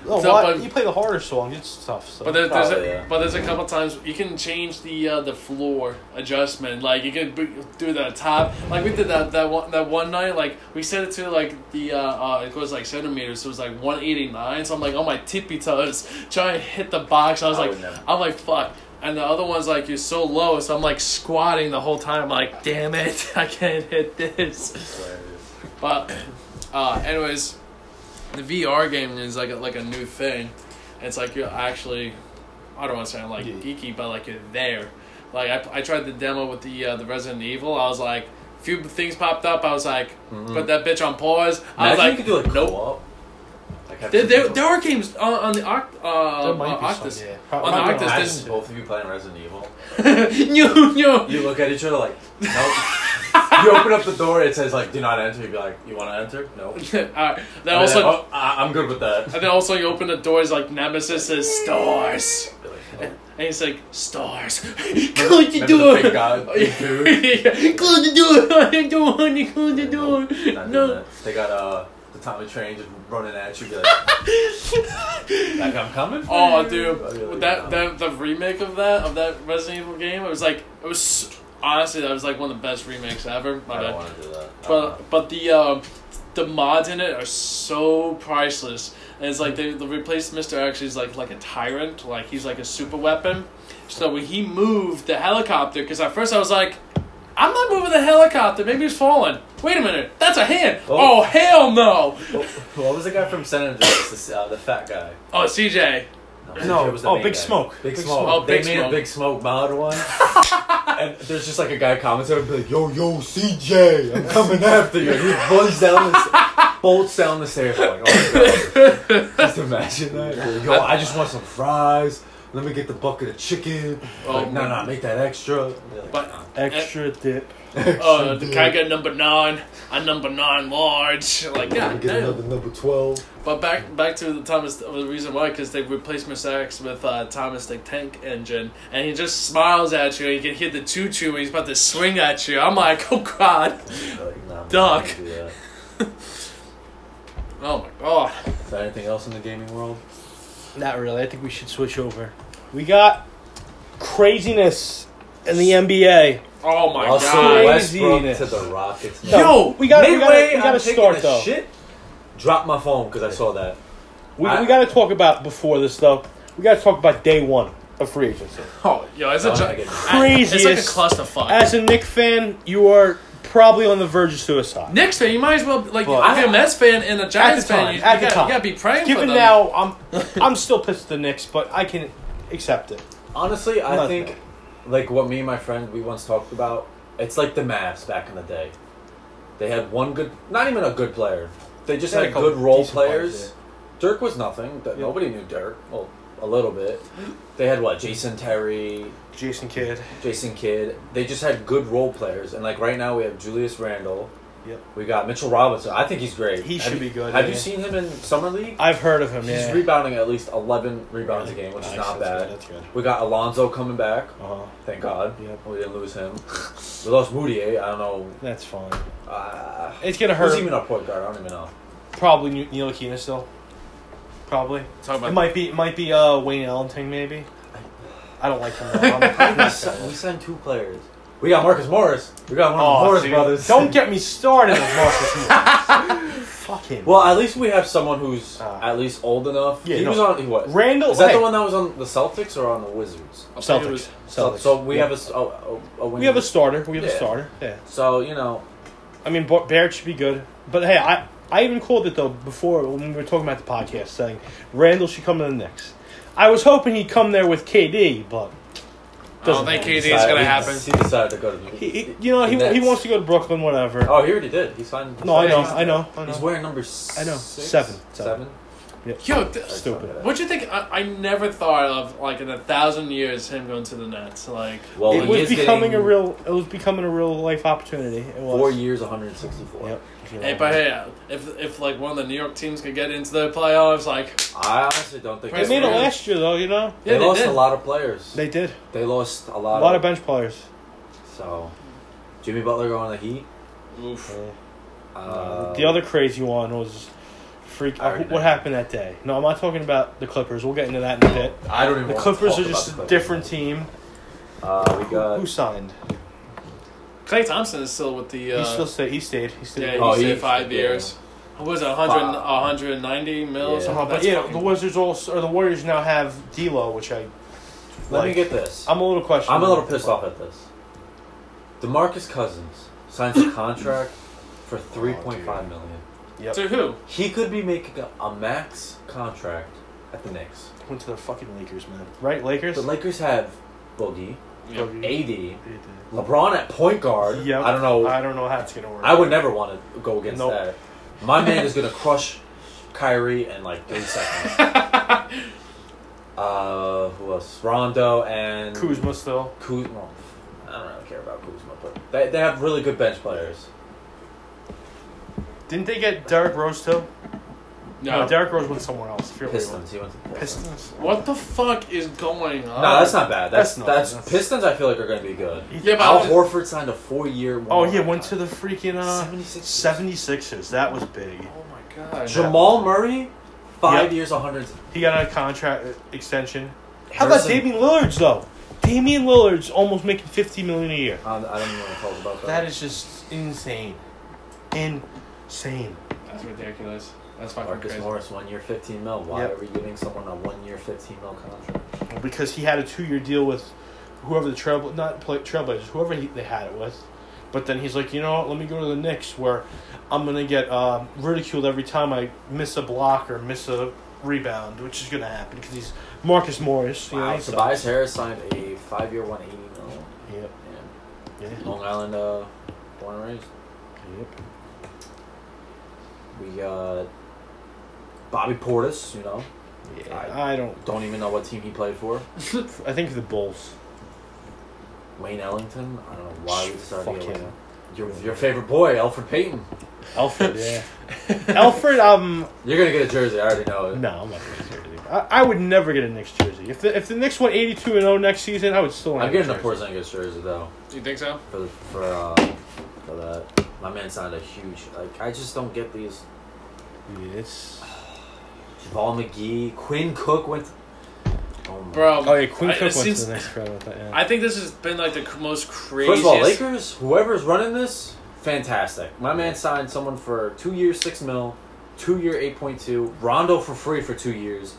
Speaker 2: No,
Speaker 3: So,
Speaker 2: why-
Speaker 3: but-
Speaker 2: you play the harder song, it's tough. So.
Speaker 3: But there, there's
Speaker 1: Probably,
Speaker 3: a,
Speaker 1: yeah.
Speaker 3: but there's a couple times you can change the uh, the floor adjustment. Like you can b- do the top. Like we did that that one that one night. Like we set it to like the uh, uh it goes like centimeters. So it was like one eighty nine. So I'm like on my tippy toes trying to hit the box. I was
Speaker 1: I
Speaker 3: like
Speaker 1: would never.
Speaker 3: I'm like fuck. And the other one's like you're so low. So I'm like squatting the whole time. like damn it, I can't hit this. But uh, anyways, the VR game is like a, like a new thing. It's like you're actually, I don't want to sound like
Speaker 2: Yeah.
Speaker 3: geeky, but like you're there. Like I, I tried the demo with the uh, the Resident Evil. I was like, a few things popped up. I was like, put that bitch on pause. I
Speaker 1: Mm-hmm. Imagine
Speaker 3: was like,
Speaker 1: you could do like
Speaker 3: nope.
Speaker 1: co-op. Like have
Speaker 3: There,
Speaker 1: two
Speaker 3: there,
Speaker 1: people-
Speaker 3: there are games on, on the Oct- uh,
Speaker 2: There might
Speaker 3: on
Speaker 2: be some,
Speaker 3: Octus.
Speaker 2: yeah.
Speaker 3: On
Speaker 2: Probably
Speaker 3: the
Speaker 2: not.
Speaker 3: Octus,
Speaker 1: Imagine
Speaker 3: there's
Speaker 1: both of you playing Resident Evil.
Speaker 3: no, no.
Speaker 1: You look at each other like, nope. you open up the door. It says like, do not enter. You'd be like, you want to enter? No. And
Speaker 3: Alright, Then
Speaker 1: then,
Speaker 3: also,
Speaker 1: oh, I- I'm good with that.
Speaker 3: and then also, you open the doors like Nemesis says stars.
Speaker 1: Be like, oh.
Speaker 3: And he's like, stars. Close the
Speaker 1: remember
Speaker 3: door.
Speaker 1: the big guy, big
Speaker 3: Yeah. Close the door. I don't want to close the door.
Speaker 1: They're not doing
Speaker 3: No.
Speaker 1: that. They got uh, the Tommy train just running at you. be Like, like I'm coming. for
Speaker 3: Oh,
Speaker 1: you." I'd be
Speaker 3: dude,
Speaker 1: like, "No."
Speaker 3: that, that the remake of that of that Resident Evil game. It was like it was honestly that was like one of the best remakes ever. My
Speaker 1: I don't
Speaker 3: bad.
Speaker 1: want to do that. I don't know.
Speaker 3: But but the um, the mods in it are so priceless. And it's like they, they replaced Mister X. He's like like a tyrant. Like he's like a super weapon. So when he moved the helicopter, because at first I was like, I'm not moving the helicopter. Maybe it's falling. Wait a minute, that's a hand. Oh,
Speaker 1: Oh.
Speaker 3: hell no.
Speaker 1: What- what was the guy from San Andreas? This, uh, the fat guy.
Speaker 3: Oh CJ.
Speaker 2: No,
Speaker 1: it was the
Speaker 2: oh,
Speaker 1: main
Speaker 2: Big
Speaker 1: guy.
Speaker 2: Smoke.
Speaker 1: Big,
Speaker 2: Big
Speaker 1: Smoke.
Speaker 2: Smoke.
Speaker 3: Oh,
Speaker 1: they
Speaker 3: Big
Speaker 1: made
Speaker 3: Smoke.
Speaker 1: a Big Smoke mod one. and there's just like a guy commenting, be like, "Yo, yo, CJ, I'm coming after you." And he bolts down the st- bolts down the stairs. I'm like, oh my god, just imagine that. Like, yo, I just want some fries. Let me get the bucket of chicken.
Speaker 3: Oh,
Speaker 1: like, no, no, make that extra. And they're like,
Speaker 3: But
Speaker 2: Extra dip.
Speaker 3: uh, the guy got number nine. A number nine large. Like
Speaker 1: Let me
Speaker 3: god
Speaker 1: get
Speaker 3: damn.
Speaker 1: another number twelve.
Speaker 3: But back back to the Thomas the reason why because they replaced Mr. X with uh, Thomas the Tank Engine, and he just smiles at you, and you can hear the choo choo, and he's about to swing at you. I'm like, oh god,
Speaker 1: They're Like, nah, I'm not
Speaker 3: Duck.
Speaker 1: gonna do that.
Speaker 3: oh my god.
Speaker 1: Is there anything else in the gaming world?
Speaker 2: Not really. I think we should switch over. We got craziness in the NBA.
Speaker 3: Oh my
Speaker 1: Russell
Speaker 3: god!
Speaker 1: Westbrook
Speaker 2: Craziness.
Speaker 1: to the Rockets.
Speaker 2: No,
Speaker 3: Yo,
Speaker 2: we got we got
Speaker 1: Midway,
Speaker 2: we got
Speaker 1: I'm
Speaker 2: to
Speaker 1: taking
Speaker 2: start
Speaker 1: a
Speaker 2: though.
Speaker 1: Shit. Drop my phone because I saw that.
Speaker 2: We,
Speaker 1: I-
Speaker 2: we got to talk about before this though. We got to talk about day one of free agency.
Speaker 3: Oh, yo, it's a
Speaker 1: Oh,
Speaker 3: ju-
Speaker 1: I get it.
Speaker 3: It's like a
Speaker 2: Craziest.
Speaker 3: clusterfuck.
Speaker 2: As a Knicks fan, you are probably on the verge of suicide.
Speaker 3: Knicks fan, you might as well like
Speaker 1: I-
Speaker 3: if you're a Mets fan and a Giants fan,
Speaker 2: time,
Speaker 3: you, you
Speaker 2: at the
Speaker 3: gotta,
Speaker 2: time.
Speaker 3: you gotta be praying for
Speaker 2: Given
Speaker 3: them.
Speaker 2: now, I'm I'm still pissed at the Knicks, but I can accept it.
Speaker 1: Honestly, I
Speaker 2: Not
Speaker 1: think
Speaker 2: bad.
Speaker 1: like what me and my friend we once talked about. It's like the Mavs back in the day. They had one good, not even a good player. They just
Speaker 2: They had
Speaker 1: had
Speaker 2: a couple
Speaker 1: good role
Speaker 2: decent players,
Speaker 1: players. Dirk was nothing. Th-
Speaker 2: Yeah.
Speaker 1: Nobody knew Dirk. Well, a little bit. They had what? Jason Terry,
Speaker 2: Jason Kidd.
Speaker 1: Jason Kidd. They just had good role players. And like right now, we have Julius Randle.
Speaker 2: Yep.
Speaker 1: We got Mitchell Robinson. I think he's great.
Speaker 2: He
Speaker 1: Have
Speaker 2: should
Speaker 1: you-
Speaker 2: be good,
Speaker 1: Have
Speaker 2: yeah.
Speaker 1: you seen him in summer league?
Speaker 2: I've heard of him.
Speaker 1: He's
Speaker 2: Yeah.
Speaker 1: rebounding at least 11 rebounds a game, which is
Speaker 2: Nice,
Speaker 1: not
Speaker 2: that's
Speaker 1: bad.
Speaker 2: good, that's good.
Speaker 1: We got Alonzo coming back.
Speaker 2: uh-huh.
Speaker 1: Thank God.
Speaker 2: Yep.
Speaker 1: We didn't lose him. We lost Moutier. I don't know.
Speaker 2: That's fine.
Speaker 1: Uh,
Speaker 2: It's gonna
Speaker 1: who's
Speaker 2: hurt.
Speaker 1: even our point guard? I don't even know.
Speaker 2: Probably Ne- Neil Aquino still. probably.
Speaker 3: Talking about
Speaker 2: It might be it might be uh, Wayne Ellington maybe. I don't like him. though. I'm a- I'm
Speaker 1: we,
Speaker 2: a-
Speaker 1: signed, we signed two players. We got Marcus Morris. We got one of the
Speaker 2: Oh,
Speaker 1: Morris
Speaker 2: see,
Speaker 1: brothers.
Speaker 2: Don't get me started with Marcus Morris. Fuck him.
Speaker 1: Well, at least we have someone who's
Speaker 2: Uh,
Speaker 1: at least old enough.
Speaker 2: yeah,
Speaker 1: he
Speaker 2: no.
Speaker 1: was on. He was.
Speaker 2: Randall.
Speaker 1: Is that
Speaker 2: hey,
Speaker 1: the one that was on the Celtics or on the Wizards?
Speaker 3: I think it
Speaker 2: Celtics.
Speaker 3: was-
Speaker 1: So,
Speaker 2: Celtics.
Speaker 1: so we
Speaker 2: Yeah.
Speaker 1: have a, s- a, a, a
Speaker 2: we have a starter. We have
Speaker 1: Yeah.
Speaker 2: a starter. Yeah.
Speaker 1: So you know,
Speaker 2: I mean, Bar- Barrett should be good. But hey, I I even called it though before when we were talking about the podcast, saying Randall should come to the Knicks. I was hoping he'd come there with KD, but
Speaker 3: I don't think
Speaker 1: he
Speaker 3: KD is
Speaker 1: decided-
Speaker 3: gonna
Speaker 1: he-
Speaker 3: happen.
Speaker 1: He decided to go to. The,
Speaker 2: he, he- you know, he,
Speaker 1: the
Speaker 2: he
Speaker 1: Nets.
Speaker 2: wants to go to Brooklyn, whatever.
Speaker 1: Oh, he already did. He signed. he
Speaker 2: no,
Speaker 1: signed-
Speaker 2: I know,
Speaker 1: he's-
Speaker 2: I know, I
Speaker 1: He's
Speaker 2: know.
Speaker 1: wearing number. Six,
Speaker 2: know. Seven.
Speaker 1: Seven.
Speaker 3: Yo, th-
Speaker 2: Stupid.
Speaker 3: what'd you think? I, I never thought of like in a thousand years him going to the Nets. Like,
Speaker 1: Well,
Speaker 2: it
Speaker 1: he
Speaker 2: was
Speaker 1: is
Speaker 2: becoming
Speaker 1: getting
Speaker 2: a real. It was becoming a real life opportunity. It was.
Speaker 1: Four years, 164.
Speaker 2: Yep.
Speaker 3: hey, but hey, if if like one of the New York teams could get into the playoffs, like,
Speaker 1: I honestly don't think
Speaker 2: They
Speaker 3: They
Speaker 1: that's
Speaker 2: made it
Speaker 1: fair.
Speaker 2: last year though, you know.
Speaker 1: They
Speaker 3: Yeah, they
Speaker 1: lost
Speaker 3: did.
Speaker 1: a lot of players. They,
Speaker 2: They did
Speaker 1: lost a
Speaker 2: a
Speaker 1: lot,
Speaker 2: lot of bench players.
Speaker 1: So, Jimmy Butler going to the Heat.
Speaker 3: oof.
Speaker 1: Uh,
Speaker 2: the other crazy one was freak.
Speaker 1: I already
Speaker 2: What
Speaker 1: know.
Speaker 2: happened that day? No, I'm not talking about the Clippers. We'll get into that in a bit.
Speaker 1: I don't even.
Speaker 2: The
Speaker 1: wanna
Speaker 2: Clippers
Speaker 1: talk
Speaker 2: are
Speaker 1: about
Speaker 2: just
Speaker 1: the
Speaker 2: a
Speaker 1: Clippers.
Speaker 2: different team.
Speaker 1: Uh, we got.
Speaker 2: Who signed?
Speaker 3: Clay Thompson is still with the. Uh,
Speaker 2: he still stayed. He stayed. He stayed.
Speaker 3: yeah,
Speaker 2: with
Speaker 3: he
Speaker 2: the
Speaker 1: Oh,
Speaker 2: Heat.
Speaker 3: stayed
Speaker 1: he-
Speaker 3: five
Speaker 1: yeah.
Speaker 3: years. What was it, 100,
Speaker 1: Fuck.
Speaker 3: 190 mil or
Speaker 1: Yeah.
Speaker 3: something?
Speaker 2: Uh, but
Speaker 3: That's
Speaker 2: yeah,
Speaker 3: fucking-
Speaker 2: the Wizards also or the Warriors now have D'Lo, which I
Speaker 1: Let me
Speaker 2: like.
Speaker 1: get this. I'm,
Speaker 2: I'm a little questioning.
Speaker 1: a little pissed off at this. DeMarcus Cousins signs a contract for 3.5 million.
Speaker 2: Yep.
Speaker 3: To who?
Speaker 1: He could be making a, a max contract at the Knicks.
Speaker 2: Went to the fucking Lakers, man. Right, Lakers.
Speaker 1: The Lakers have Bogey,
Speaker 3: Yeah.
Speaker 1: AD,
Speaker 2: They did.
Speaker 1: LeBron at point guard.
Speaker 2: Yep.
Speaker 1: I don't know.
Speaker 2: I don't know how it's gonna work.
Speaker 1: Oh. I would never want to go against
Speaker 2: Nope.
Speaker 1: that. My man is gonna crush Kyrie in like three seconds. uh, who else? Rondo and
Speaker 2: Kuzma still.
Speaker 1: Kuzma. I don't really care about Kuzma, but they, they have really good bench players.
Speaker 2: Didn't they get Derrick Rose too?
Speaker 3: No.
Speaker 2: Derrick Rose went somewhere else. I forget where he went.
Speaker 1: Pistons. He went to the Pistons.
Speaker 2: Pistons.
Speaker 3: What the fuck is going on?
Speaker 1: No, that's not bad. That's
Speaker 2: That's not-
Speaker 1: that's,
Speaker 2: that's-
Speaker 1: Pistons. I feel like are gonna be good.
Speaker 3: Yeah, but
Speaker 1: Al
Speaker 3: I was-
Speaker 1: Horford signed a four-year.
Speaker 2: Oh yeah, went to the freaking uh,
Speaker 1: 76.
Speaker 2: 76ers. That was big.
Speaker 3: Oh my god.
Speaker 1: Jamal Murray, five
Speaker 2: Yep.
Speaker 1: years, hundred.
Speaker 2: He got a contract extension. How about Damian Lillard's though? Damian Lillard's almost making 50 million a year.
Speaker 1: I don't even want to talk about that.
Speaker 2: That is just insane. Insane.
Speaker 3: That's ridiculous. That's fucking
Speaker 1: Marcus
Speaker 3: crazy.
Speaker 1: Morris, one year, fifteen mil. Why
Speaker 2: Yep.
Speaker 1: are we giving someone a one year, fifteen mil contract?
Speaker 2: Because he had a two-year deal with whoever the trail not play, Trailblazers, whoever he, they had it with. But then he's like, you know, what, let me go to the Knicks where I'm gonna get uh, ridiculed every time I miss a block or miss a rebound, which is gonna happen because he's Marcus Morris. You
Speaker 1: Wow,
Speaker 2: know, so-
Speaker 1: Tobias Harris signed a five year, one eighty mil.
Speaker 2: Yep.
Speaker 1: Yeah.
Speaker 2: Yeah.
Speaker 1: Long Island, uh, born and raised.
Speaker 2: Yep.
Speaker 1: We got Bobby Portis. You know,
Speaker 2: Yeah,
Speaker 1: I-
Speaker 2: I, don't.
Speaker 1: don't even know what team he played for.
Speaker 2: I think the Bulls.
Speaker 1: Wayne Ellington. I don't know why we
Speaker 2: Fuck
Speaker 1: started
Speaker 2: him.
Speaker 1: him. Your, your favorite boy, Alfred Payton.
Speaker 2: Alfred, yeah. Alfred, um,
Speaker 1: You're gonna get a jersey. I already know it.
Speaker 2: no, I'm not gonna get a jersey. I, I would never get a Knicks jersey. If the if the Knicks went 82 and 0 next season, I would still. want
Speaker 1: I'm
Speaker 2: to
Speaker 1: getting a
Speaker 2: jersey.
Speaker 1: Porzingis jersey though.
Speaker 3: You think so?
Speaker 1: for the- for uh, for that. My man signed a huge. Like I just don't get these.
Speaker 2: Yeah, it's
Speaker 1: Javale McGee, Quinn Cook went. oh my.
Speaker 3: Bro.
Speaker 2: oh yeah, Quinn
Speaker 3: I,
Speaker 2: Cook
Speaker 3: it
Speaker 2: went
Speaker 3: seems-
Speaker 2: to the Knicks. forgot about that, yeah.
Speaker 3: I think this has been like the cr- most crazy.
Speaker 1: First of all, Lakers. Whoever's running this, fantastic. My man signed someone for two years, six mil, two year, eight point two. Rondo for free for two years.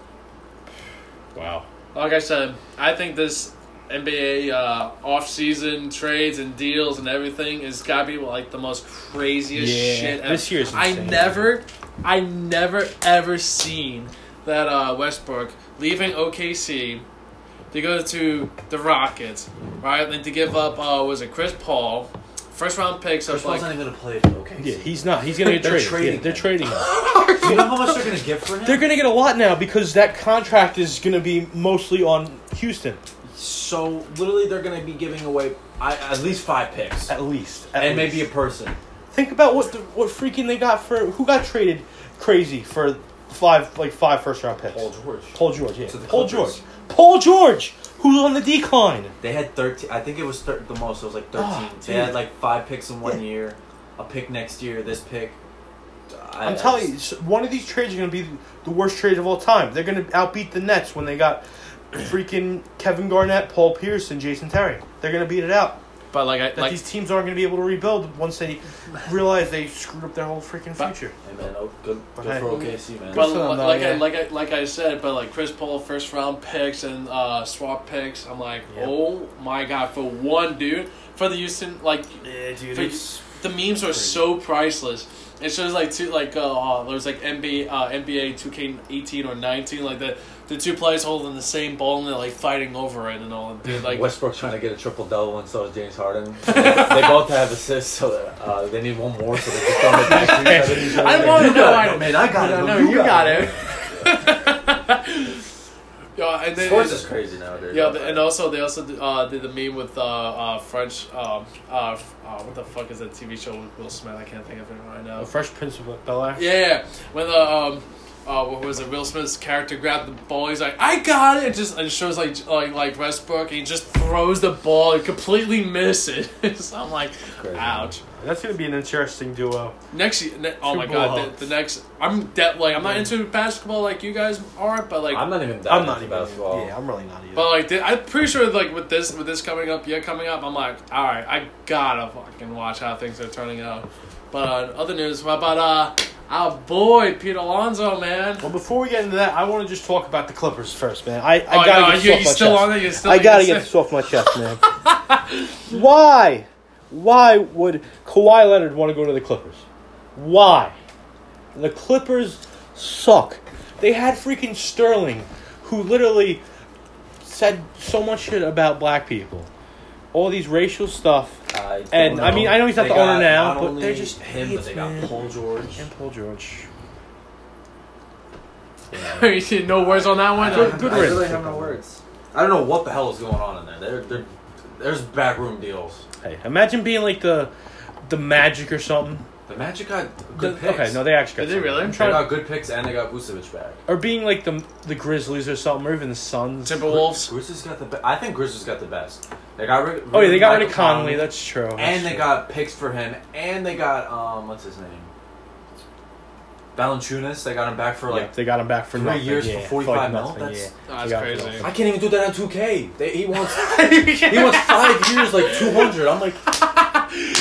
Speaker 2: wow.
Speaker 3: Like I said, I think this NBA uh, off-season trades and deals and everything is gotta be like the most craziest
Speaker 2: Yeah,
Speaker 3: shit. ever.
Speaker 2: this year's
Speaker 3: I
Speaker 2: insane.
Speaker 3: never, I never ever seen that uh, Westbrook leaving OKC to go to the Rockets, right? And to give up uh, was it Chris Paul, first round picks of
Speaker 1: First
Speaker 3: like
Speaker 1: one's not even gonna play. Okay.
Speaker 2: Yeah, he's not. He's gonna get
Speaker 1: They're
Speaker 2: traded.
Speaker 1: trading
Speaker 2: yeah, they're
Speaker 1: him.
Speaker 2: trading him.
Speaker 1: Do you know how much they're gonna give for him?
Speaker 2: they're gonna get a lot now because that contract is gonna be mostly on Houston
Speaker 1: so literally they're gonna be giving away I, at least five picks
Speaker 2: at least. At
Speaker 1: and
Speaker 2: least.
Speaker 1: maybe a person.
Speaker 2: Think about what the, what freaking they got for who got traded crazy for five like five first round picks.
Speaker 1: Paul George.
Speaker 2: Paul George, yeah.
Speaker 1: To the
Speaker 2: Paul
Speaker 1: Clippers.
Speaker 2: George. Paul George, who's on the decline.
Speaker 1: They had thirteen. I think it was thir- the most. It was like thirteen.
Speaker 2: Oh,
Speaker 1: they had
Speaker 2: dude.
Speaker 1: like five picks in one
Speaker 2: Yeah.
Speaker 1: year, a pick next year, this pick. I,
Speaker 2: I'm
Speaker 1: I
Speaker 2: telling you,
Speaker 1: just-
Speaker 2: s- one of these trades are going to be the worst trade of all time. They're going to outbeat the Nets when they got freaking Kevin Garnett, Paul Pierce, and Jason Terry. They're going to beat it out.
Speaker 3: But like I
Speaker 2: That
Speaker 3: like
Speaker 2: these teams aren't going to be able to rebuild once they realize they screwed up their whole freaking
Speaker 3: But-
Speaker 2: future.
Speaker 1: Hey man, oh, good, good
Speaker 2: Okay.
Speaker 1: for OKC man.
Speaker 2: for
Speaker 3: But
Speaker 2: them, though,
Speaker 3: like I
Speaker 2: yeah.
Speaker 3: like I like I said, but like Chris Paul first round picks and uh, swap picks, I'm like,
Speaker 2: Yep.
Speaker 3: oh my god, for one dude for the Houston like
Speaker 2: Yeah, dude.
Speaker 3: For-
Speaker 2: It's,
Speaker 3: the memes are so priceless. It shows like two like uh, uh, there was like NBA uh, NBA two K eighteen or nineteen like the the two players holding the same ball and they're like fighting over it and all dude like
Speaker 1: Westbrook trying to get a triple double, and so is James Harden. they both have assists, so uh, they need one more, so they just don't attack each other. Each other.
Speaker 3: I want to
Speaker 1: You
Speaker 3: know.
Speaker 1: got it,
Speaker 3: I
Speaker 1: man. I got it.
Speaker 3: No,
Speaker 1: you,
Speaker 3: got it. yeah, and then
Speaker 1: Sports is crazy nowadays.
Speaker 3: Yeah, and also they also did, uh, did the meme with uh, uh, French. Um, uh, f- uh, what the fuck is that TV show with Will Smith? I can't think of it right now.
Speaker 2: a Fresh Prince of Bel Air.
Speaker 3: Yeah, yeah. when the um, uh, what was it? Will Smith's character grabbed the ball. He's like, "I got it!" And just and it shows like like like Westbrook. And he just throws the ball and completely misses. so I'm like,
Speaker 1: Crazy.
Speaker 3: ouch.
Speaker 2: That's going to be an interesting duo.
Speaker 3: Next, year, ne- oh
Speaker 2: Two
Speaker 3: my god,
Speaker 2: blowouts.
Speaker 3: the, the next. I'm de- like I'm not into basketball like you guys are, but like
Speaker 1: I'm not even.
Speaker 2: I'm not
Speaker 1: into
Speaker 2: even.
Speaker 1: basketball.
Speaker 2: Yeah, I'm really not either.
Speaker 3: But like, th- I'm pretty sure like with this with this coming up, yeah, coming up, I'm like, all right, I gotta fucking watch how things are turning out. But uh, in other news, what about uh, our boy Pete Alonso, man?
Speaker 2: well, before we get into that, I want to just talk about the Clippers first, man. I, I
Speaker 3: Oh,
Speaker 2: gotta get
Speaker 3: no,
Speaker 2: this
Speaker 3: you,
Speaker 2: off
Speaker 3: you
Speaker 2: my
Speaker 3: still
Speaker 2: chest.
Speaker 3: on it? You still?
Speaker 2: I
Speaker 3: you
Speaker 2: gotta
Speaker 3: still-
Speaker 2: get this off my chest, man. Why? Why would Kawhi Leonard want to go to the Clippers? Why? The Clippers suck. They had freaking Sterling, who literally said so much shit about black people. All these racial stuff.
Speaker 1: I don't
Speaker 2: And, I mean, I know he's not
Speaker 1: They
Speaker 2: the owner
Speaker 1: got
Speaker 2: now,
Speaker 1: not
Speaker 2: but
Speaker 1: only
Speaker 2: they're just
Speaker 1: him, but
Speaker 2: idiots,
Speaker 1: they got
Speaker 2: man.
Speaker 1: Paul George.
Speaker 2: And Paul George.
Speaker 1: Yeah.
Speaker 3: You see no words on that one.
Speaker 1: I
Speaker 2: Good-
Speaker 1: don't-
Speaker 2: good
Speaker 1: I really
Speaker 2: riddance.
Speaker 1: have no words. I don't know what the hell is going on in there. There, there there's backroom deals.
Speaker 2: Hey, imagine being like the, the Magic or something.
Speaker 1: The Magic got good
Speaker 3: The-
Speaker 1: picks.
Speaker 2: Okay, no, they actually
Speaker 3: Did
Speaker 2: got.
Speaker 3: they
Speaker 2: some.
Speaker 3: really?
Speaker 2: I'm
Speaker 1: They
Speaker 2: trying.
Speaker 1: got good picks and they got Vucevic back.
Speaker 2: or being like the the Grizzlies or something, or even the Suns.
Speaker 3: Timberwolves.
Speaker 1: Grizzlies got the. Be- I think Grizzlies got the best. They got rid.
Speaker 2: Oh yeah, they got rid of
Speaker 1: Michael
Speaker 2: Conley. That's true. That's
Speaker 1: and they
Speaker 2: true.
Speaker 1: got picks for him, and they got um, what's his name? Valanciunas. They got him back for
Speaker 2: Yeah,
Speaker 1: like.
Speaker 2: they got him back for
Speaker 1: three
Speaker 2: nothing,
Speaker 1: years
Speaker 2: yeah,
Speaker 1: for 45
Speaker 2: like
Speaker 1: mil?
Speaker 2: nothing,
Speaker 1: That's-
Speaker 2: yeah.
Speaker 3: That's
Speaker 2: They got
Speaker 3: crazy.
Speaker 2: nothing.
Speaker 1: I can't even do that on 2K. They, he wants he wants five years, like 200. I'm like,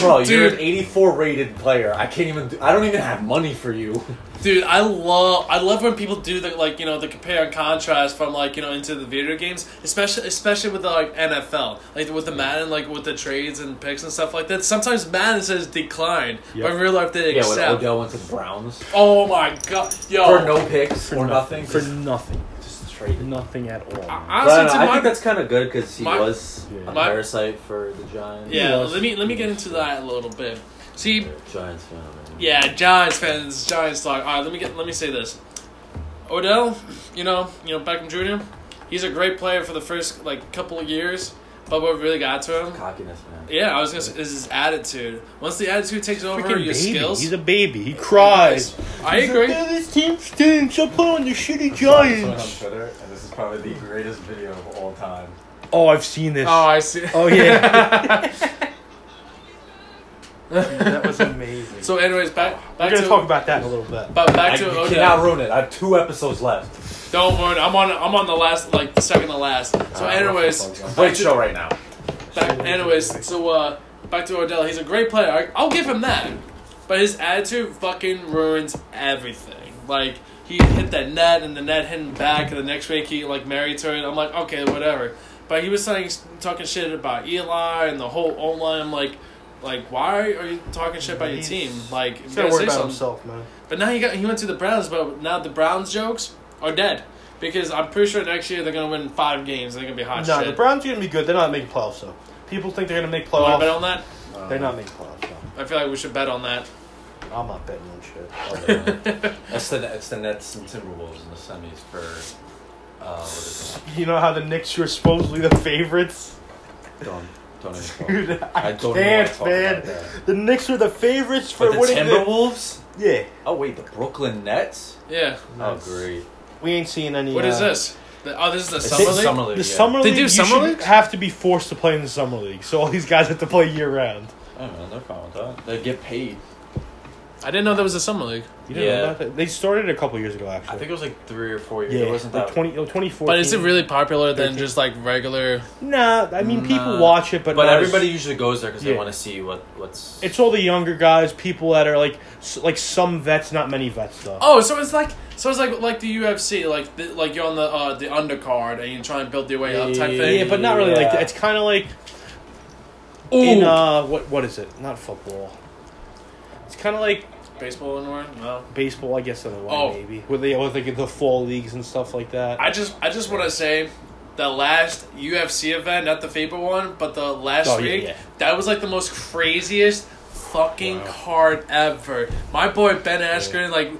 Speaker 1: bro, you're an
Speaker 3: Dude.
Speaker 1: 84 rated player. I can't even. Do, I don't even have money for you.
Speaker 3: Dude, I love I love when people do the like you know the compare and contrast from like you know into the video games, especially especially with the, like NFL, like with the Madden, like with the trades and picks and stuff like that. Sometimes Madden says declined,
Speaker 2: Yep.
Speaker 3: but in real life they
Speaker 1: Yeah, when
Speaker 3: accept.
Speaker 1: Odell went to the Browns
Speaker 3: oh my god, yo!
Speaker 1: for no picks
Speaker 2: For
Speaker 1: or nothing, Ah.
Speaker 2: For
Speaker 1: just,
Speaker 2: nothing.
Speaker 1: just traded.
Speaker 2: Nothing at all.
Speaker 3: I-
Speaker 1: But I,
Speaker 3: Honestly,
Speaker 1: don't know,
Speaker 3: to
Speaker 1: I
Speaker 3: my-
Speaker 1: think that's kind of good because he
Speaker 3: my-
Speaker 1: was
Speaker 2: Yeah.
Speaker 1: a
Speaker 3: my-
Speaker 1: parasite for the Giants.
Speaker 3: yeah,
Speaker 2: Yes.
Speaker 3: let me let me get into that a little bit. See,
Speaker 1: Giants fan. I mean.
Speaker 3: yeah, Giants fans, Giants talk. All right, let me get let me say this. Odell, you know, you know Beckham Jr. He's a great player for the first like couple of years, but what really got to him
Speaker 1: Cockiness, man.
Speaker 3: Yeah, I was gonna say is his attitude. Once the attitude takes over
Speaker 2: Freaking
Speaker 3: your
Speaker 2: baby.
Speaker 3: skills,
Speaker 2: He's a baby. He cries.
Speaker 3: I
Speaker 2: He's
Speaker 3: agree.
Speaker 2: Like, "Oh, this team stinks. I play on the shitty
Speaker 1: saw this one on
Speaker 2: Giants.
Speaker 1: Twitter, and this is probably the greatest video of all time.
Speaker 2: Oh, I've seen this.
Speaker 3: Oh, I see.
Speaker 2: Oh, yeah. that was amazing.
Speaker 3: so, anyways, back
Speaker 2: We're
Speaker 3: back
Speaker 2: gonna
Speaker 3: to
Speaker 2: talk about that in a little bit.
Speaker 3: but back
Speaker 1: I
Speaker 3: to
Speaker 1: you
Speaker 3: Odell.
Speaker 1: cannot ruin it. I have two episodes left.
Speaker 3: Don't worry, I'm on I'm on the last like the second to last. So,
Speaker 1: Uh,
Speaker 3: anyways,
Speaker 1: great show right now.
Speaker 3: back, anyways, so uh, back to Odell. He's a great player. I, I'll give him that, but his attitude fucking ruins everything. Like he hit that net, and the net hit him back, and the next week he like married to it. I'm like, okay, whatever. But he was saying talking shit about Eli and the whole O line. I'm like, like why are you talking shit about your
Speaker 2: He's-
Speaker 3: team? Like, you
Speaker 2: He's
Speaker 3: gotta
Speaker 2: gotta
Speaker 3: say
Speaker 2: worry about
Speaker 3: something.
Speaker 2: himself, man.
Speaker 3: But now he got he went to the Browns, but now the Browns jokes are dead. Because I'm pretty sure next year they're gonna win five games. They're gonna be hot
Speaker 2: No,
Speaker 3: Ah, shit.
Speaker 2: the Browns are gonna be good. They're not making playoffs though. People think they're gonna make
Speaker 3: You wanna bet
Speaker 2: playoffs.
Speaker 3: on that?
Speaker 1: Uh,
Speaker 2: They're not making playoffs. though.
Speaker 3: I feel like we should bet on that.
Speaker 2: I'm not betting on shit.
Speaker 1: It's the, it's the Nets and Timberwolves in the semis for. Uh, what is
Speaker 2: You know how the Knicks were supposedly the favorites?
Speaker 1: it? Don't, don't even
Speaker 2: Dude,
Speaker 1: talk.
Speaker 2: I,
Speaker 1: I don't even wanna
Speaker 2: can't,
Speaker 1: talk
Speaker 2: man.
Speaker 1: about that.
Speaker 2: The Knicks were the favorites for
Speaker 1: But the
Speaker 2: winning
Speaker 1: Timberwolves?
Speaker 2: the. Yeah.
Speaker 1: Oh, wait, the Brooklyn Nets?
Speaker 3: Yeah.
Speaker 1: Oh,
Speaker 2: Nice.
Speaker 1: great.
Speaker 2: We ain't seeing any.
Speaker 3: What is
Speaker 2: uh,
Speaker 3: this? The, oh, this is the
Speaker 1: It's
Speaker 3: summer
Speaker 1: the
Speaker 3: league.
Speaker 1: summer
Speaker 2: The
Speaker 1: league. yeah.
Speaker 2: summer league.
Speaker 3: They do
Speaker 2: you
Speaker 3: summer
Speaker 2: should
Speaker 3: leagues?
Speaker 2: Have to be forced to play in the summer league, so all these guys have to play year round.
Speaker 1: Oh, man, they're fine with that. They get paid.
Speaker 3: I didn't know there was a summer league,
Speaker 2: You didn't
Speaker 1: Yeah.
Speaker 2: know about that? They started a couple years ago, actually.
Speaker 1: I think it was like three or four years.
Speaker 2: yeah,
Speaker 1: it wasn't
Speaker 2: like
Speaker 1: that
Speaker 2: 20, oh, 2014.
Speaker 3: but is it really popular than
Speaker 2: 13.
Speaker 3: just like regular?
Speaker 2: Nah, I mean, people
Speaker 1: Nah.
Speaker 2: watch it, but
Speaker 1: But,
Speaker 2: not as-
Speaker 1: everybody usually goes there because
Speaker 2: Yeah.
Speaker 1: they want to see what what's.
Speaker 2: It's all the younger guys, people that are like, s- like some vets, not many vets though.
Speaker 3: Oh, so it's like so it's like like the UFC, like the, like you're on the uh, the undercard and you try and build your way up type thing.
Speaker 2: yeah, but not really like
Speaker 1: yeah.
Speaker 2: that. It's kind of like
Speaker 3: Ooh,
Speaker 2: in uh, what what is it? Not football. It's kind of like
Speaker 3: baseball anywhere? No.
Speaker 2: baseball, I guess, in a way,
Speaker 3: Oh.
Speaker 2: maybe with the with like the fall leagues and stuff like that.
Speaker 3: I just I just want to say the last UFC event, not the favorite one, but the last
Speaker 2: Oh, yeah,
Speaker 3: week,
Speaker 2: yeah.
Speaker 3: that was like the most craziest fucking card ever. My boy Ben Askren, like,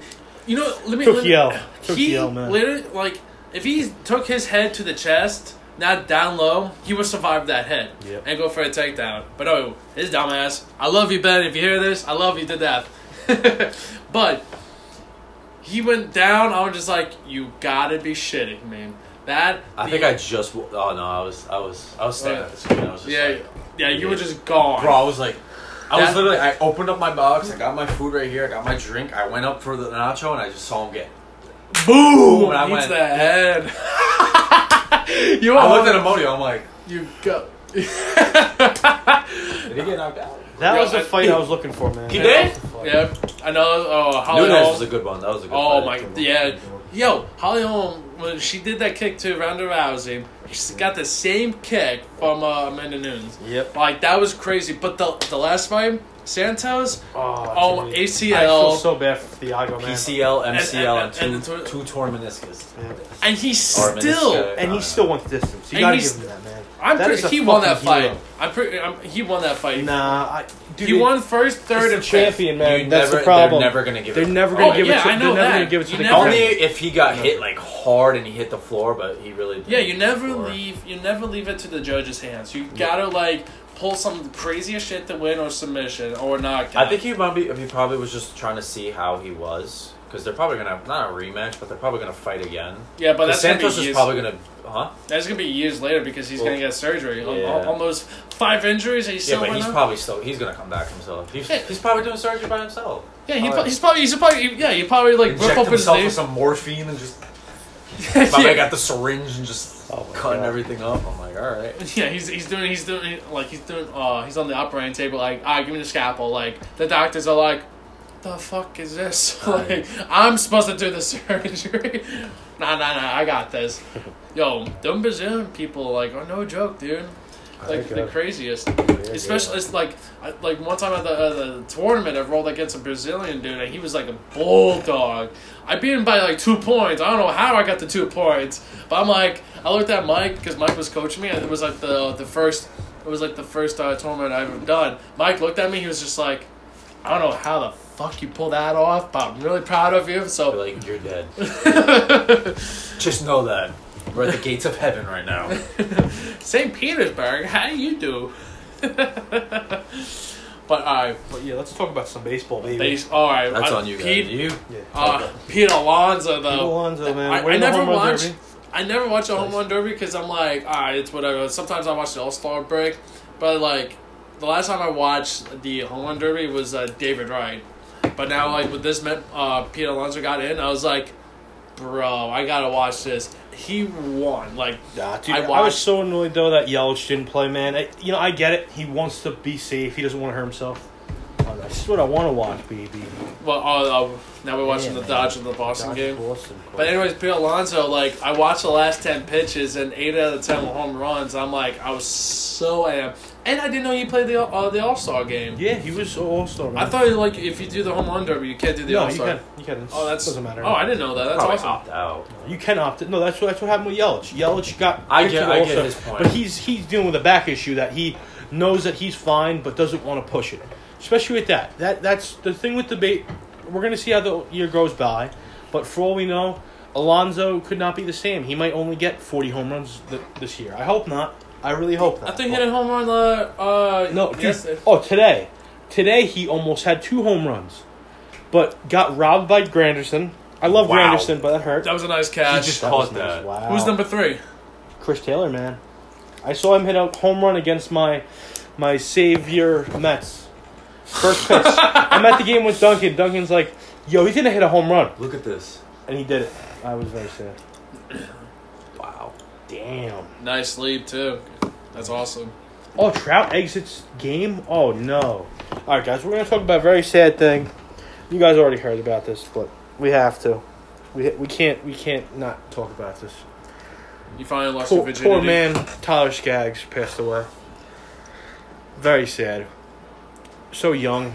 Speaker 3: you know, let me.
Speaker 2: Took
Speaker 3: let me-
Speaker 2: you out. Took
Speaker 3: he
Speaker 2: you out, man.
Speaker 3: literally like if he took his head to the chest. Not down low, he would survive that head
Speaker 2: Yep.
Speaker 3: and go for a takedown. But oh, his dumbass! I love you, Ben. If you hear this, I love you to death. but he went down. I was just like, you gotta be shitting, man. That
Speaker 1: I
Speaker 3: the-
Speaker 1: think I just. wa- Oh no, I was I was I was standing
Speaker 3: Yeah.
Speaker 1: at the screen. I was just
Speaker 3: yeah
Speaker 1: like,
Speaker 3: yeah you were just gone.
Speaker 1: bro. I was like, I
Speaker 3: That-
Speaker 1: was literally. I opened up my box. I got my food right here. I got my drink. I went up for the nacho and I just saw him get.
Speaker 3: Boom!
Speaker 1: Boom, and I
Speaker 3: Eats
Speaker 1: went-
Speaker 3: the head. you
Speaker 1: I
Speaker 3: are
Speaker 1: looked at Amodio. I'm like,
Speaker 3: you go.
Speaker 1: did he get knocked out?
Speaker 2: that
Speaker 3: Yo,
Speaker 2: was the
Speaker 3: I-
Speaker 2: fight I was looking for, man.
Speaker 1: He did?
Speaker 3: Yep. I know. Oh, Holly
Speaker 1: Nunes
Speaker 3: Holm.
Speaker 1: was a good one. That was a good.
Speaker 3: Oh my
Speaker 1: fight.
Speaker 3: yeah. Yo, Holly Holm when she did that kick to Ronda Rousey, she got the same kick from uh, Amanda Nunes.
Speaker 2: Yep.
Speaker 3: Like that was crazy. But the the last fight, Santos,
Speaker 2: Oh,
Speaker 3: oh
Speaker 2: dude.
Speaker 3: ACL.
Speaker 2: I feel so bad for Thiago, man.
Speaker 1: PCL,
Speaker 3: and-
Speaker 1: MCL, and,
Speaker 3: and
Speaker 1: two
Speaker 3: the tor-
Speaker 1: two torn meniscus.
Speaker 2: Yeah.
Speaker 3: and he
Speaker 1: Or
Speaker 3: still.
Speaker 1: meniscus.
Speaker 2: And he still went the distance. You
Speaker 3: And
Speaker 2: gotta
Speaker 3: he's-
Speaker 2: give him that, man.
Speaker 3: I'm
Speaker 2: That
Speaker 3: pretty,
Speaker 2: is a
Speaker 3: he won that
Speaker 2: fucking
Speaker 3: fight.
Speaker 2: hero.
Speaker 3: I'm pretty. I'm, he won that fight.
Speaker 2: Nah, I, dude,
Speaker 3: he won first, third,
Speaker 2: They're
Speaker 3: and
Speaker 2: the
Speaker 3: champion.
Speaker 2: champion, man.
Speaker 1: You
Speaker 2: That's
Speaker 1: never-
Speaker 2: the problem.
Speaker 1: They're never gonna give.
Speaker 2: They're
Speaker 1: it
Speaker 2: never
Speaker 1: up.
Speaker 2: gonna
Speaker 3: Oh,
Speaker 2: give
Speaker 3: yeah,
Speaker 2: it. To,
Speaker 3: I know
Speaker 2: they're never
Speaker 3: that.
Speaker 2: gonna give it to
Speaker 3: You
Speaker 2: the
Speaker 3: never-
Speaker 2: guy.
Speaker 1: Only if he got hit like hard and he hit the floor, but he really didn't
Speaker 3: Yeah,
Speaker 1: hit
Speaker 3: you
Speaker 1: the
Speaker 3: never
Speaker 1: floor.
Speaker 3: leave. You never leave it to the judge's hands. You gotta like pull some craziest shit to win or submission or knockout.
Speaker 1: I think he might be. He probably was just trying to see how he was because they're probably gonna not a rematch, but they're probably gonna fight again.
Speaker 3: yeah, but
Speaker 1: But
Speaker 3: Oh, that's
Speaker 1: Santos
Speaker 3: gonna be
Speaker 1: is
Speaker 3: years.
Speaker 1: probably gonna, huh?
Speaker 3: That's gonna be years later because he's
Speaker 1: Well,
Speaker 3: gonna get surgery. Al-
Speaker 1: yeah.
Speaker 3: al- Almost five injuries. And he's
Speaker 1: Yeah,
Speaker 3: still
Speaker 1: but he's
Speaker 3: running?
Speaker 1: probably still. He's gonna come back himself. He's,
Speaker 3: Yeah.
Speaker 1: he's probably doing surgery by himself.
Speaker 3: yeah, he,
Speaker 1: Oh,
Speaker 3: pro- he's probably he's probably yeah he probably like rip
Speaker 1: Inject
Speaker 3: up his
Speaker 1: himself with
Speaker 3: knees.
Speaker 1: some morphine and just.
Speaker 3: yeah.
Speaker 1: Probably got the syringe and just
Speaker 2: Oh my
Speaker 1: cutting
Speaker 2: God.
Speaker 1: everything up. I'm like, all right.
Speaker 3: Yeah, he's he's doing he's doing like he's doing uh he's on the operating table like ah give me the scalpel like the doctors are like the fuck is this
Speaker 1: Right.
Speaker 3: like I'm supposed to do the surgery nah nah nah I got this yo them Brazilian people like are no joke dude like
Speaker 2: Okay.
Speaker 3: the craziest
Speaker 2: good.
Speaker 3: especially it's like I, like one time at the, uh, the tournament I rolled against a Brazilian dude and he was like a bulldog I beat him by like two points. I don't know how I got the two points, but I'm like, I looked at Mike because Mike was coaching me, and it was like the the first, it was like the first uh, tournament I've ever done. Mike looked at me, he was just like, I don't know how the fuck you pulled that off, but I'm really proud of you.
Speaker 1: Be
Speaker 3: So,
Speaker 1: like, you're dead. Just know that we're at the gates of heaven right now.
Speaker 3: St. Petersburg, how do you do? but all right,
Speaker 2: But yeah, let's talk about some baseball, baby.
Speaker 3: base, all right,
Speaker 1: That's
Speaker 3: I-
Speaker 1: on you guys.
Speaker 3: Pete,
Speaker 1: You
Speaker 2: Yeah.
Speaker 3: Uh, Pete Alonso though.
Speaker 2: Pete Alonso, man.
Speaker 3: I,
Speaker 2: Winning
Speaker 3: I
Speaker 2: the
Speaker 3: never
Speaker 2: home run
Speaker 3: watch.
Speaker 2: derby.
Speaker 3: I never watch a home run derby because I'm like, all right, it's whatever. Sometimes I watch the All Star break, but like the last time I watched the home run derby was uh, David Wright. But now, like with this, Met- uh, Pete Alonso got in. I was like, bro, I gotta watch this. He won. Like,
Speaker 2: Nah, dude,
Speaker 3: I
Speaker 2: I,
Speaker 3: watched-
Speaker 2: was so annoyed though that Yelich didn't play, man. I, you know, I get it. He wants to be safe. He doesn't want to hurt himself. Oh, that's just what I want to watch, baby.
Speaker 3: well, oh, uh, now we're watching
Speaker 2: Yeah,
Speaker 3: the
Speaker 2: man.
Speaker 3: Dodge and the Boston
Speaker 2: Dodge
Speaker 3: game.
Speaker 2: Boston,
Speaker 3: But anyways, Pete Alonso, like I watched the last ten pitches and eight out of the ten were home runs. I'm like, I was so am, and I didn't know he played the uh, the All Star game.
Speaker 2: yeah, he was all star.
Speaker 3: I thought like if you do the home run derby, you can't do the
Speaker 2: no,
Speaker 3: All
Speaker 2: you
Speaker 3: Star.
Speaker 2: can, you can.
Speaker 3: Oh, that's
Speaker 2: doesn't matter.
Speaker 3: Oh, I didn't know that. That's
Speaker 1: probably
Speaker 3: awesome.
Speaker 1: opt out.
Speaker 2: You can opt. in. No, that's what that's what happened with Yelich. Yelich got.
Speaker 1: I
Speaker 2: picked
Speaker 1: get-
Speaker 2: for the
Speaker 1: I get
Speaker 2: All-Star,
Speaker 1: his point.
Speaker 2: But he's he's dealing with a back issue that he knows that he's fine, but doesn't want to push it. Especially with that. That that's the thing with the bait. We're gonna see how the year goes by, but for all we know, Alonzo could not be the same. He might only get forty home runs th- this year. I hope not. I really hope
Speaker 3: I
Speaker 2: not.
Speaker 3: think he hit a home run. Uh, uh
Speaker 2: No, dude,
Speaker 3: yesterday.
Speaker 2: oh today, today he almost had two home runs, but got robbed by Granderson. I love
Speaker 1: Wow.
Speaker 2: Granderson, but that hurt.
Speaker 3: that was a nice catch.
Speaker 1: just-
Speaker 2: That was
Speaker 1: Caused that.
Speaker 2: Wow.
Speaker 3: Who's number three?
Speaker 2: Chris Taylor, man. I saw him hit a home run against my my savior Mets. First pitch. I'm at the game with Duncan. Duncan's like, yo, he's gonna hit a home run,
Speaker 1: Look at this.
Speaker 2: and he did it. I was very sad.
Speaker 1: Wow.
Speaker 2: Damn.
Speaker 3: Nice lead too. That's awesome.
Speaker 2: Oh, Trout exits game. Oh no. All right, guys, we're gonna talk about a very sad thing. You guys already heard about this, but we have to. We we can't we can't not talk about this.
Speaker 3: You finally lost your
Speaker 2: Poor,
Speaker 3: virginity.
Speaker 2: poor man, Tyler Skaggs passed away. Very sad. So young.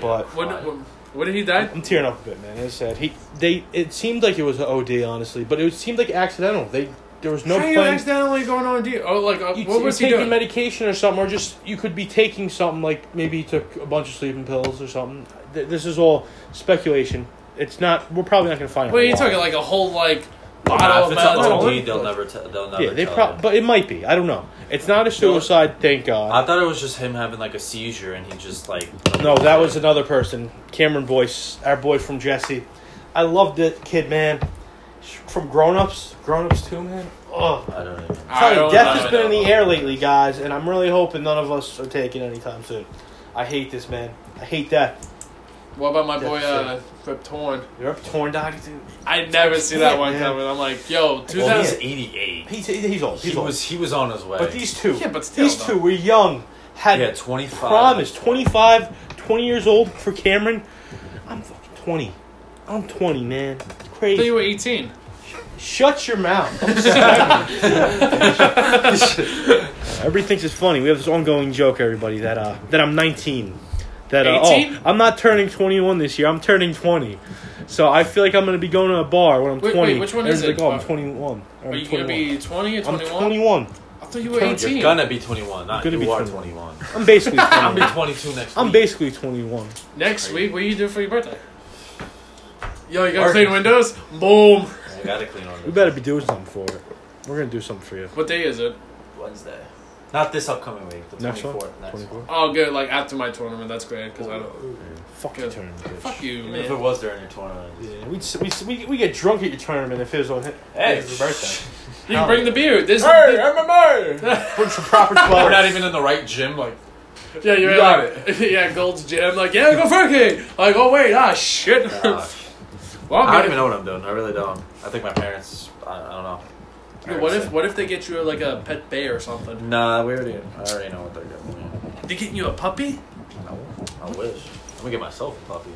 Speaker 2: But-
Speaker 3: What, what, what did he die?
Speaker 2: I'm tearing up a bit, man. It's sad. He they it seemed like it was an OD, honestly, but it seemed like accidental. They there was no
Speaker 3: How
Speaker 2: plan.
Speaker 3: are you accidentally going on D? Oh, like uh,
Speaker 2: You,
Speaker 3: what
Speaker 2: you
Speaker 3: was he
Speaker 2: taking
Speaker 3: doing?
Speaker 2: medication or something, or just you could be taking something like maybe he took a bunch of sleeping pills or something. Th- This is all speculation. It's not. We're probably not gonna find. out
Speaker 3: Wait, you
Speaker 2: why.
Speaker 3: took like a whole like
Speaker 1: Nah,
Speaker 3: bottle
Speaker 1: if
Speaker 3: of
Speaker 1: it's an
Speaker 2: Well,
Speaker 3: Malibu.
Speaker 2: let me-
Speaker 1: OD, they'll never, t- they'll never
Speaker 2: Yeah, they
Speaker 1: tell
Speaker 2: probably.
Speaker 1: you.
Speaker 2: But it might be. I don't know. It's not a suicide. Thank God.
Speaker 1: I thought it was just him having like a seizure and he just like.
Speaker 2: No, that was another person. Cameron Boyce, our boy from Jesse. I loved it, kid, man. From grown ups, grown ups too, man. Oh,
Speaker 1: I don't even.
Speaker 3: I
Speaker 2: Tell you,
Speaker 3: don't
Speaker 2: death
Speaker 3: know.
Speaker 2: has been in the air lately, guys, and I'm really hoping none of us are taking it anytime soon. I hate this, man. I hate that.
Speaker 3: What about my boy uh,
Speaker 2: That's
Speaker 3: Rip Torn?
Speaker 2: You're up torn, Dottie, dude.
Speaker 3: I never see that one
Speaker 2: Yeah.
Speaker 3: coming. I'm like, yo,
Speaker 1: Well, he's
Speaker 3: 2000.
Speaker 1: 88.
Speaker 2: He's, he's old. He's
Speaker 1: He
Speaker 2: old.
Speaker 1: was he was on his way.
Speaker 2: but these two,
Speaker 3: Yeah, but still,
Speaker 2: these
Speaker 3: though.
Speaker 2: two were young, had
Speaker 1: yeah, 25.
Speaker 2: promise. 25, 20 years old for Cameron. I'm fucking 20. I'm 20, man. It's
Speaker 3: I thought
Speaker 2: crazy.
Speaker 3: you were 18.
Speaker 2: Shut your mouth. Everybody thinks it's funny. We have this ongoing joke, everybody, that uh, that I'm 19. That uh, oh,
Speaker 3: 18?
Speaker 2: I'm not turning 21 this year. I'm turning 20. So I feel like I'm gonna be going to a bar when I'm
Speaker 3: Wait,
Speaker 2: 20.
Speaker 3: wait, which one
Speaker 2: And
Speaker 3: is
Speaker 2: it's Like,
Speaker 3: it?
Speaker 2: oh, I'm
Speaker 3: Uh,
Speaker 2: 21. Or
Speaker 3: Are
Speaker 2: I'm
Speaker 3: you going to
Speaker 2: 21.
Speaker 3: be 20 or
Speaker 2: I'm
Speaker 3: 21?
Speaker 2: 21.
Speaker 3: I thought you were
Speaker 2: You're
Speaker 3: 18.
Speaker 1: You're gonna be 21. Not
Speaker 2: Gonna
Speaker 1: you
Speaker 2: be
Speaker 1: are 21.
Speaker 2: 21. I'm basically
Speaker 1: I'll be
Speaker 2: 21.
Speaker 1: 22 next
Speaker 2: I'm
Speaker 1: week.
Speaker 2: basically 21.
Speaker 3: Next
Speaker 1: Crazy.
Speaker 3: week, what you do for your birthday? Yo, you got
Speaker 1: Work.
Speaker 3: clean windows? Boom.
Speaker 1: I gotta clean on
Speaker 2: We
Speaker 1: this.
Speaker 2: better be doing something for it. We're gonna do something for you.
Speaker 3: What day is it?
Speaker 1: Wednesday. Not this upcoming week. The
Speaker 2: Next one.
Speaker 1: 24th. Next one.
Speaker 2: 24.
Speaker 3: Oh, good. Like after my tournament. That's great because I don't.
Speaker 2: Fuck your
Speaker 3: Good.
Speaker 2: tournament, bitch.
Speaker 3: Fuck you,
Speaker 1: Even if it
Speaker 3: man.
Speaker 1: was during your tournament.
Speaker 2: Yeah, we we we we get drunk at your tournament if it was on
Speaker 1: Hey,
Speaker 2: his birthday.
Speaker 3: You can bring the beer. This
Speaker 1: MMA!
Speaker 2: Bring some proper
Speaker 1: We're
Speaker 2: clothes.
Speaker 1: not even in the right gym. Like,
Speaker 3: Yeah, you're
Speaker 1: You got
Speaker 3: like, Yeah, Gold's Gym. Like, yeah, go Frankie. Like, oh wait, ah, shit. well,
Speaker 1: I don't
Speaker 3: man,
Speaker 1: even know what I'm doing. I really don't. I think my parents. I, I don't know.
Speaker 3: dude, what if what if they get you like a pet bear or something?
Speaker 1: Nah, we already. I already know what they're doing.
Speaker 3: They getting you a puppy?
Speaker 1: No, I wish. I'm gonna get myself a puppy.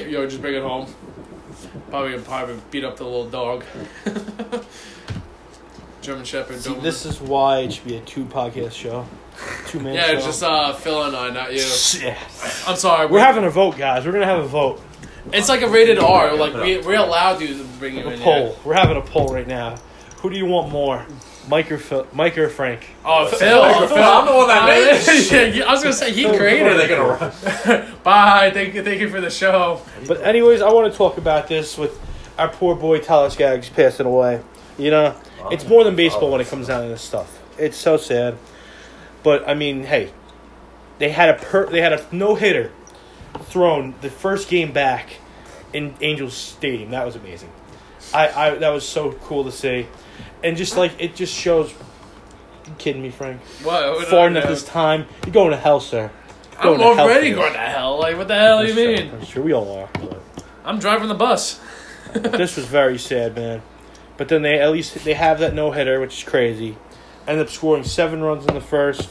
Speaker 3: Yo, just bring it home. Probably probably beat up the little dog. German Shepherd.
Speaker 2: See,
Speaker 3: Doberman.
Speaker 2: this is why it should be a two podcast show, two man.
Speaker 3: yeah,
Speaker 2: show.
Speaker 3: it's just uh, Phil and I, not you.
Speaker 2: Yeah.
Speaker 3: I'm sorry.
Speaker 2: We're having a vote, guys. We're gonna have a vote,
Speaker 3: It's like a rated R. Like we we allowed you to bring you
Speaker 2: a
Speaker 3: in
Speaker 2: poll.
Speaker 3: here.
Speaker 2: We're having a poll right now. Who do you want more, Mike or Phil, Mike or Frank?
Speaker 3: Oh, Phil,
Speaker 1: Phil,
Speaker 3: Phil,
Speaker 1: I'm the one that made this
Speaker 3: Yeah, yeah, I was gonna say he
Speaker 1: What are
Speaker 3: created
Speaker 1: they
Speaker 3: it.
Speaker 1: gonna run?
Speaker 3: Bye. Thank you. Thank you for the show.
Speaker 2: But anyways, I want to talk about this with our poor boy Tyler Skaggs passing away. You know, it's more than baseball when it comes down to this stuff. It's so sad. But I mean, hey, they had a per- they had a no hitter thrown the first game back in Angels Stadium. That was amazing. I, I that was so cool to see, and just like it just shows. You kidding me, Frank?
Speaker 3: What? what
Speaker 2: Far
Speaker 3: did I
Speaker 2: enough
Speaker 3: do?
Speaker 2: this time. You're going to hell, sir. You're
Speaker 3: Oh,
Speaker 2: going
Speaker 3: I'm
Speaker 2: to hell
Speaker 3: already
Speaker 2: for
Speaker 3: going
Speaker 2: this.
Speaker 3: to hell. Like, what the hell do you mean?
Speaker 2: I'm sure we all are. but-
Speaker 3: I'm driving the bus.
Speaker 2: this was very sad, man. But then they at least they have that no hitter, which is crazy. End up scoring seven runs in the first,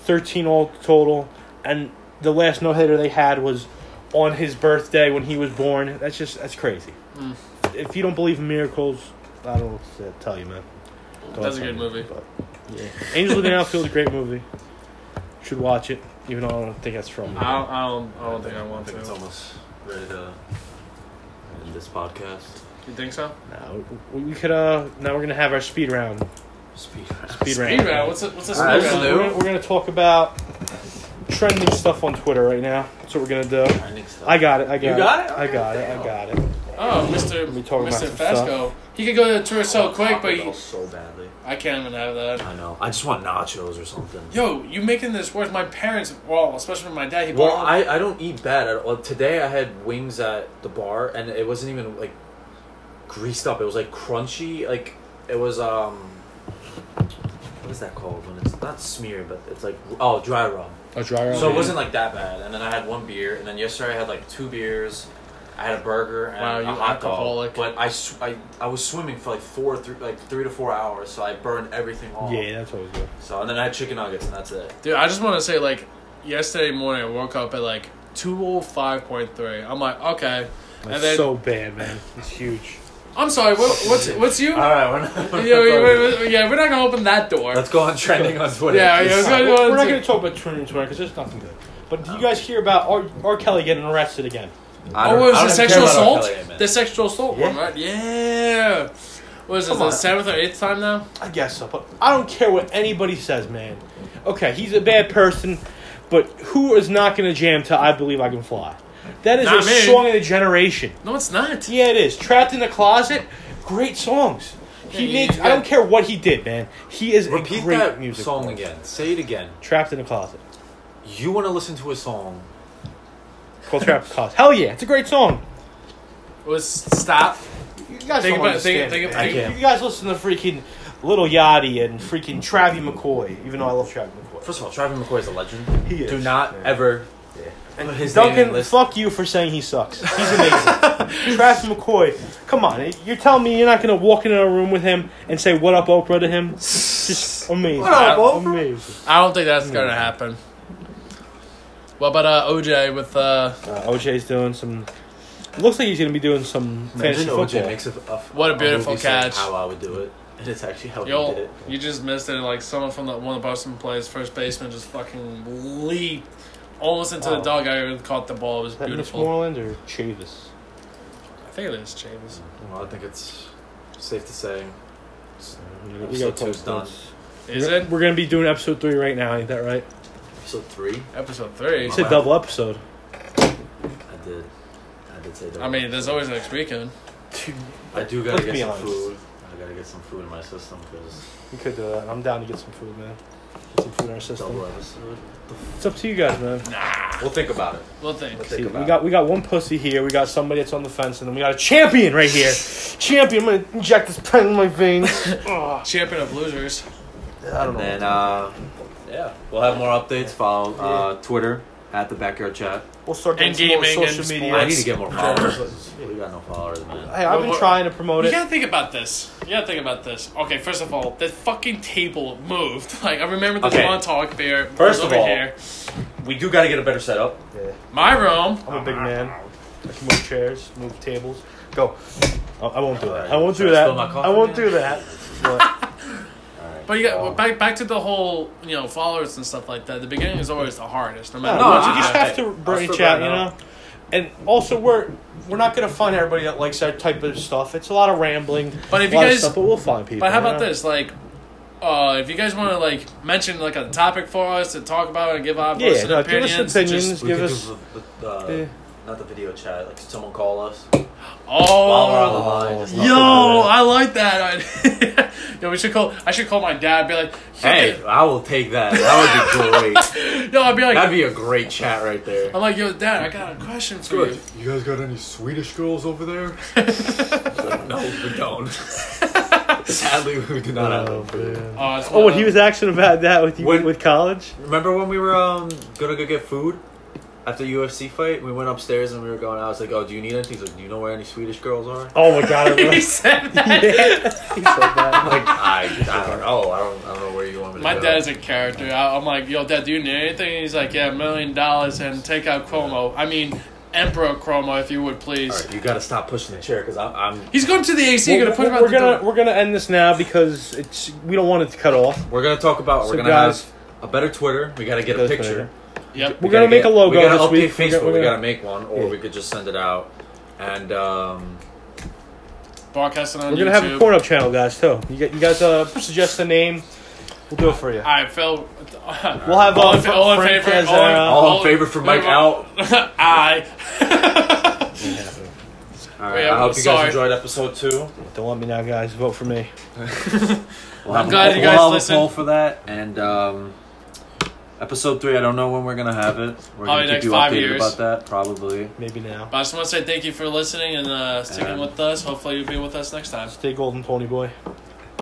Speaker 2: thirteen all total, and the last no hitter they had was on his birthday when he was born. That's just that's crazy.
Speaker 3: Hmm.
Speaker 2: If you don't believe in miracles, I don't know what to tell you, man. Don't
Speaker 3: That's a
Speaker 2: tell
Speaker 3: good
Speaker 2: me,
Speaker 3: movie.
Speaker 2: But, yeah. Angels in the Outfield is a great movie. Should watch it, even though I don't think that's from.
Speaker 3: I don't, I don't, I don't think I want to.
Speaker 1: think it's almost ready to end this podcast.
Speaker 3: You think so?
Speaker 2: No, we, we could uh. Now we're gonna have our speed round.
Speaker 1: Speed round.
Speaker 2: Speed round.
Speaker 3: Speed round. What's a, what's a speed
Speaker 1: All right,
Speaker 2: We're
Speaker 1: so-
Speaker 3: round?
Speaker 2: gonna, we're gonna- we're gonna talk about trending stuff on Twitter right now. That's what we're gonna do.
Speaker 1: Trending stuff.
Speaker 2: I got it. I got
Speaker 1: You
Speaker 2: it.
Speaker 1: got it?
Speaker 2: I got it. I got it.
Speaker 3: Oh, Mr.
Speaker 2: Let me talk about
Speaker 3: Mr.
Speaker 2: some stuff.
Speaker 3: Fasco. He could go to tour so quick, but
Speaker 1: Taco Bell
Speaker 3: he,
Speaker 1: so badly.
Speaker 3: I can't even have that.
Speaker 1: I know. I just want nachos or something.
Speaker 3: Yo, you making this worse. My parents, well, especially my dad, he
Speaker 1: Well,
Speaker 3: bought.
Speaker 1: I, I don't eat bad at all. Today I had wings at the bar and it wasn't even like greased up. It was like crunchy. Like it was um what is that called when it's not smear, but it's like oh dry rub.
Speaker 2: A dry rub.
Speaker 1: So it wasn't like that bad. And then I had one beer, and then yesterday I had like two beers. I had a burger and
Speaker 3: Wow, you
Speaker 1: a hot
Speaker 3: alcoholic.
Speaker 1: dog. But I, sw- I, I was swimming for like four, three, like three to four hours, so I burned everything off.
Speaker 2: Yeah, that's always good.
Speaker 1: So and then I had chicken nuggets, and that's it.
Speaker 3: Dude, I just want to say, like, yesterday morning I woke up at like 205.3. I'm like, okay.
Speaker 2: That's
Speaker 3: and then,
Speaker 2: so bad, man. It's huge.
Speaker 3: I'm sorry, what, what's what's you?
Speaker 1: All right, we're not,
Speaker 3: yeah, we- we- we- yeah, we're not going to open that door.
Speaker 1: let's go on trending on Twitter.
Speaker 3: Yeah, yeah, let's go-
Speaker 2: We're, we're not
Speaker 3: to-
Speaker 2: going to talk about Twitter and Twitter because there's nothing good. But did you guys hear about R. R. Kelly getting arrested again?
Speaker 1: I
Speaker 3: Oh,
Speaker 1: don't-
Speaker 3: what was
Speaker 1: I
Speaker 3: it
Speaker 1: don't
Speaker 3: sexual
Speaker 1: care about R.
Speaker 3: assault?
Speaker 1: Kelly, man.
Speaker 3: the sexual assault one,
Speaker 2: Yeah.
Speaker 3: right? Yeah. What is this,
Speaker 2: Come
Speaker 3: the
Speaker 2: on.
Speaker 3: seventh or eighth time now?
Speaker 2: I guess so, but I don't care what anybody says, man. Okay, he's a bad person, but who is not going to jam to "I Believe I Can Fly"? That is
Speaker 3: Not
Speaker 2: a
Speaker 3: me.
Speaker 2: song of the generation.
Speaker 3: No, it's not.
Speaker 2: Yeah, it is. Trapped in the closet, great songs. He
Speaker 3: Yeah,
Speaker 2: makes.
Speaker 3: you-
Speaker 2: I don't care what he did, man. He is a
Speaker 1: Repeat
Speaker 2: great
Speaker 1: that
Speaker 2: music
Speaker 1: song
Speaker 2: man.
Speaker 1: again. Say it again.
Speaker 2: Trapped in the closet.
Speaker 1: You want to listen to a song?
Speaker 2: Called Trapped in the closet. Hell yeah, it's a great song.
Speaker 3: It was stop.
Speaker 2: You guys don't
Speaker 3: Think about- think-
Speaker 2: understand
Speaker 3: think
Speaker 2: it,
Speaker 3: about-
Speaker 2: man.
Speaker 1: I can't.
Speaker 2: You guys listen to freaking Little Yachty and freaking Travie McCoy. Even though I love Travie McCoy.
Speaker 1: First of all, Travis McCoy is a legend.
Speaker 2: He is.
Speaker 1: Do not
Speaker 2: Yeah.
Speaker 1: ever put his name in
Speaker 2: Duncan,
Speaker 1: the list.
Speaker 2: fuck you for saying he sucks. He's amazing. Travis McCoy, come on. You're telling me you're not going to walk into a room with him and say, What up, Oprah, to him? Just amazing.
Speaker 1: What up, Oprah?
Speaker 2: Amazing.
Speaker 3: I don't think that's going to
Speaker 1: Hmm.
Speaker 3: happen. What about uh, OJ with uh,
Speaker 2: Uh, OJ's doing some. Looks like he's going to be doing some fantasy
Speaker 1: Imagine OJ
Speaker 2: football.
Speaker 1: makes a, a
Speaker 3: What a beautiful
Speaker 1: movie saying
Speaker 3: catch.
Speaker 1: How I would do it, and it's actually how he did
Speaker 3: Yo,
Speaker 1: it.
Speaker 3: you just missed it. Like someone from the one of the Boston plays, first baseman, just fucking leaped almost into the
Speaker 2: Wow.
Speaker 3: dog. I caught the ball. It was
Speaker 2: Is that
Speaker 3: beautiful.
Speaker 2: Westmoreland or Chavis?
Speaker 3: I think it is James.
Speaker 1: Well, I think it's safe to say.
Speaker 2: We
Speaker 1: Episode
Speaker 2: gotta call
Speaker 1: two's
Speaker 2: it
Speaker 1: done.
Speaker 2: quits.
Speaker 3: Is it
Speaker 2: We're going to be doing episode three right now, ain't that right?
Speaker 1: Episode three,
Speaker 3: episode three?
Speaker 2: It's
Speaker 1: My
Speaker 2: a
Speaker 1: bad.
Speaker 2: double episode.
Speaker 1: I did. I did say that.
Speaker 3: I mean, there's always next weekend.
Speaker 1: I do gotta
Speaker 2: Let's
Speaker 1: get
Speaker 2: be
Speaker 1: some
Speaker 2: honest.
Speaker 1: food. I gotta get some food in my system because
Speaker 2: We could do that. I'm down to get some food, man. Get some food in our
Speaker 1: double
Speaker 2: system.
Speaker 1: episode.
Speaker 2: It's up to you guys, man.
Speaker 1: We'll think about it.
Speaker 3: We'll think.
Speaker 1: We'll
Speaker 2: See,
Speaker 1: think
Speaker 2: we
Speaker 1: about
Speaker 2: got we got one pussy here. We got somebody that's on the fence, and then we got a champion right here. champion, I'm gonna inject this pen in my veins. Ugh.
Speaker 3: Champion of losers.
Speaker 1: it. I don't know. And uh, yeah, we'll have more updates. Follow uh, Twitter at the Backyard Chat.
Speaker 2: We'll start getting
Speaker 3: And
Speaker 2: some more
Speaker 3: gaming and
Speaker 2: social media.
Speaker 1: I need
Speaker 3: sports.
Speaker 1: to get more followers. we got no followers, man.
Speaker 2: Hey, I've been
Speaker 3: Well,
Speaker 2: trying to promote
Speaker 3: You
Speaker 2: it.
Speaker 3: gotta think about this. You gotta think about this. Okay, first of all, the fucking table moved. Like I remember the
Speaker 1: Okay.
Speaker 3: Montauk beer. was
Speaker 1: First of
Speaker 3: over
Speaker 1: all-
Speaker 3: here.
Speaker 1: We do gotta get a better setup.
Speaker 2: Yeah.
Speaker 3: my room.
Speaker 2: I'm a big man. I can move chairs, move tables. Go. Oh, I won't do that.
Speaker 1: Alright,
Speaker 2: I won't
Speaker 1: should
Speaker 2: do
Speaker 1: I
Speaker 2: that.
Speaker 1: spill my coffee,
Speaker 2: I won't
Speaker 1: man?
Speaker 2: do that. But
Speaker 1: All right.
Speaker 3: But you got
Speaker 1: Um,
Speaker 3: back back to the whole you know followers and stuff like that. The beginning is always the hardest, no matter
Speaker 2: no,
Speaker 1: No,
Speaker 3: what.
Speaker 2: you
Speaker 1: I-
Speaker 2: just
Speaker 1: I-
Speaker 2: have to
Speaker 1: I'll
Speaker 2: branch
Speaker 1: still
Speaker 2: out, you
Speaker 1: go
Speaker 2: know. And also, we're we're not gonna find everybody that likes that type of stuff. It's a lot of rambling.
Speaker 3: But if
Speaker 2: a
Speaker 3: you
Speaker 2: lot of
Speaker 3: guys-
Speaker 2: stuff, but we'll find people.
Speaker 3: But how
Speaker 2: you
Speaker 3: about
Speaker 2: know?
Speaker 3: this? Like, uh, if you guys want to like mention like a topic for us to talk about and give our
Speaker 2: Yeah,
Speaker 3: personal
Speaker 2: no, give us
Speaker 3: opinions,
Speaker 2: opinions.
Speaker 3: Just,
Speaker 1: we
Speaker 2: give
Speaker 1: could
Speaker 2: us-
Speaker 1: do the, the, uh,
Speaker 2: Yeah.
Speaker 1: not the video chat. Like someone call us
Speaker 4: Oh,
Speaker 1: while we're on the
Speaker 3: oh,
Speaker 1: line. just
Speaker 3: yo,
Speaker 1: talk about it.
Speaker 3: I like that. yo, we should call. I should call my dad. Be like,
Speaker 1: Hey, I will take that. That would be great.
Speaker 3: no, I'd be like,
Speaker 1: That'd be a great chat right there.
Speaker 3: I'm like, yo, dad, I got a question for you.
Speaker 4: You guys got any Swedish girls over there?
Speaker 1: No, we don't. Sadly, we do not have
Speaker 2: Oh,
Speaker 1: them.
Speaker 2: man.
Speaker 3: Uh, it's
Speaker 2: Oh,
Speaker 3: one
Speaker 2: when
Speaker 3: of
Speaker 2: he
Speaker 3: those-
Speaker 2: was asking about that with you
Speaker 1: When-
Speaker 2: with college.
Speaker 1: Remember when we were um gonna go get food after UFC fight? We went upstairs and we were going. I was like, "Oh, do you need anything?" He's like, "Do you know where any Swedish girls are?"
Speaker 2: Oh my god, I
Speaker 3: he
Speaker 2: remember.
Speaker 3: said that.
Speaker 2: he said that.
Speaker 1: I'm like, I, I don't know. I don't. I don't know where you want me to
Speaker 3: My
Speaker 1: go.
Speaker 3: dad's a character. I, I'm like, yo, dad, do you need anything? He's like, yeah, a million dollars and take out Cuomo. I mean, Emperor Cuomo, if you would please.
Speaker 1: All right, you gotta stop pushing the chair because I'm. I'm
Speaker 3: He's going to the AC. You're
Speaker 2: Well,
Speaker 3: gonna put him out
Speaker 2: we're
Speaker 3: the
Speaker 2: gonna
Speaker 3: door.
Speaker 2: we're gonna end this now because it's we don't want it to cut off.
Speaker 1: we're gonna talk about.
Speaker 2: So
Speaker 1: We're gonna
Speaker 2: guys-
Speaker 1: have a better Twitter. We gotta get a
Speaker 2: Better
Speaker 1: picture.
Speaker 2: Twitter.
Speaker 3: Yep.
Speaker 2: We're gonna
Speaker 1: gotta
Speaker 2: make
Speaker 1: get-
Speaker 2: a logo
Speaker 1: We gotta
Speaker 2: this
Speaker 1: update
Speaker 2: week. We're
Speaker 1: Facebook.
Speaker 2: gonna-
Speaker 1: we
Speaker 2: we're
Speaker 1: gotta
Speaker 2: gonna-
Speaker 1: make one, or
Speaker 2: Yeah.
Speaker 1: we could just send it out. And um,
Speaker 3: Broadcasting on
Speaker 2: We're gonna
Speaker 3: YouTube.
Speaker 2: have a porn up channel, guys. Too. You gu- you guys uh, suggest a name, we'll do it for you.
Speaker 3: I fell.
Speaker 2: We'll have
Speaker 3: all,
Speaker 2: uh,
Speaker 3: in, fa- all in
Speaker 2: Frank
Speaker 3: favor.
Speaker 2: as
Speaker 3: All, in,
Speaker 2: our, uh,
Speaker 1: All in favor for Mike out.
Speaker 3: Aye.
Speaker 1: all right,
Speaker 3: Yeah,
Speaker 1: I hope you
Speaker 3: sorry.
Speaker 1: guys enjoyed episode two.
Speaker 2: Don't let me now, guys. Vote for me.
Speaker 1: We'll have
Speaker 3: I'm
Speaker 1: a poll- we'll
Speaker 3: glad you guys
Speaker 1: have a
Speaker 3: listened.
Speaker 1: poll for that, and um, episode three. I don't know when we're gonna have it. We're
Speaker 3: Probably
Speaker 1: gonna
Speaker 3: next
Speaker 1: keep you
Speaker 3: five
Speaker 1: updated
Speaker 3: years.
Speaker 1: about that, probably.
Speaker 2: Maybe now.
Speaker 3: But I just want to say thank you for listening and uh, sticking
Speaker 1: Um,
Speaker 3: with us. Hopefully, you'll be with us next time.
Speaker 2: Stay golden, pony boy.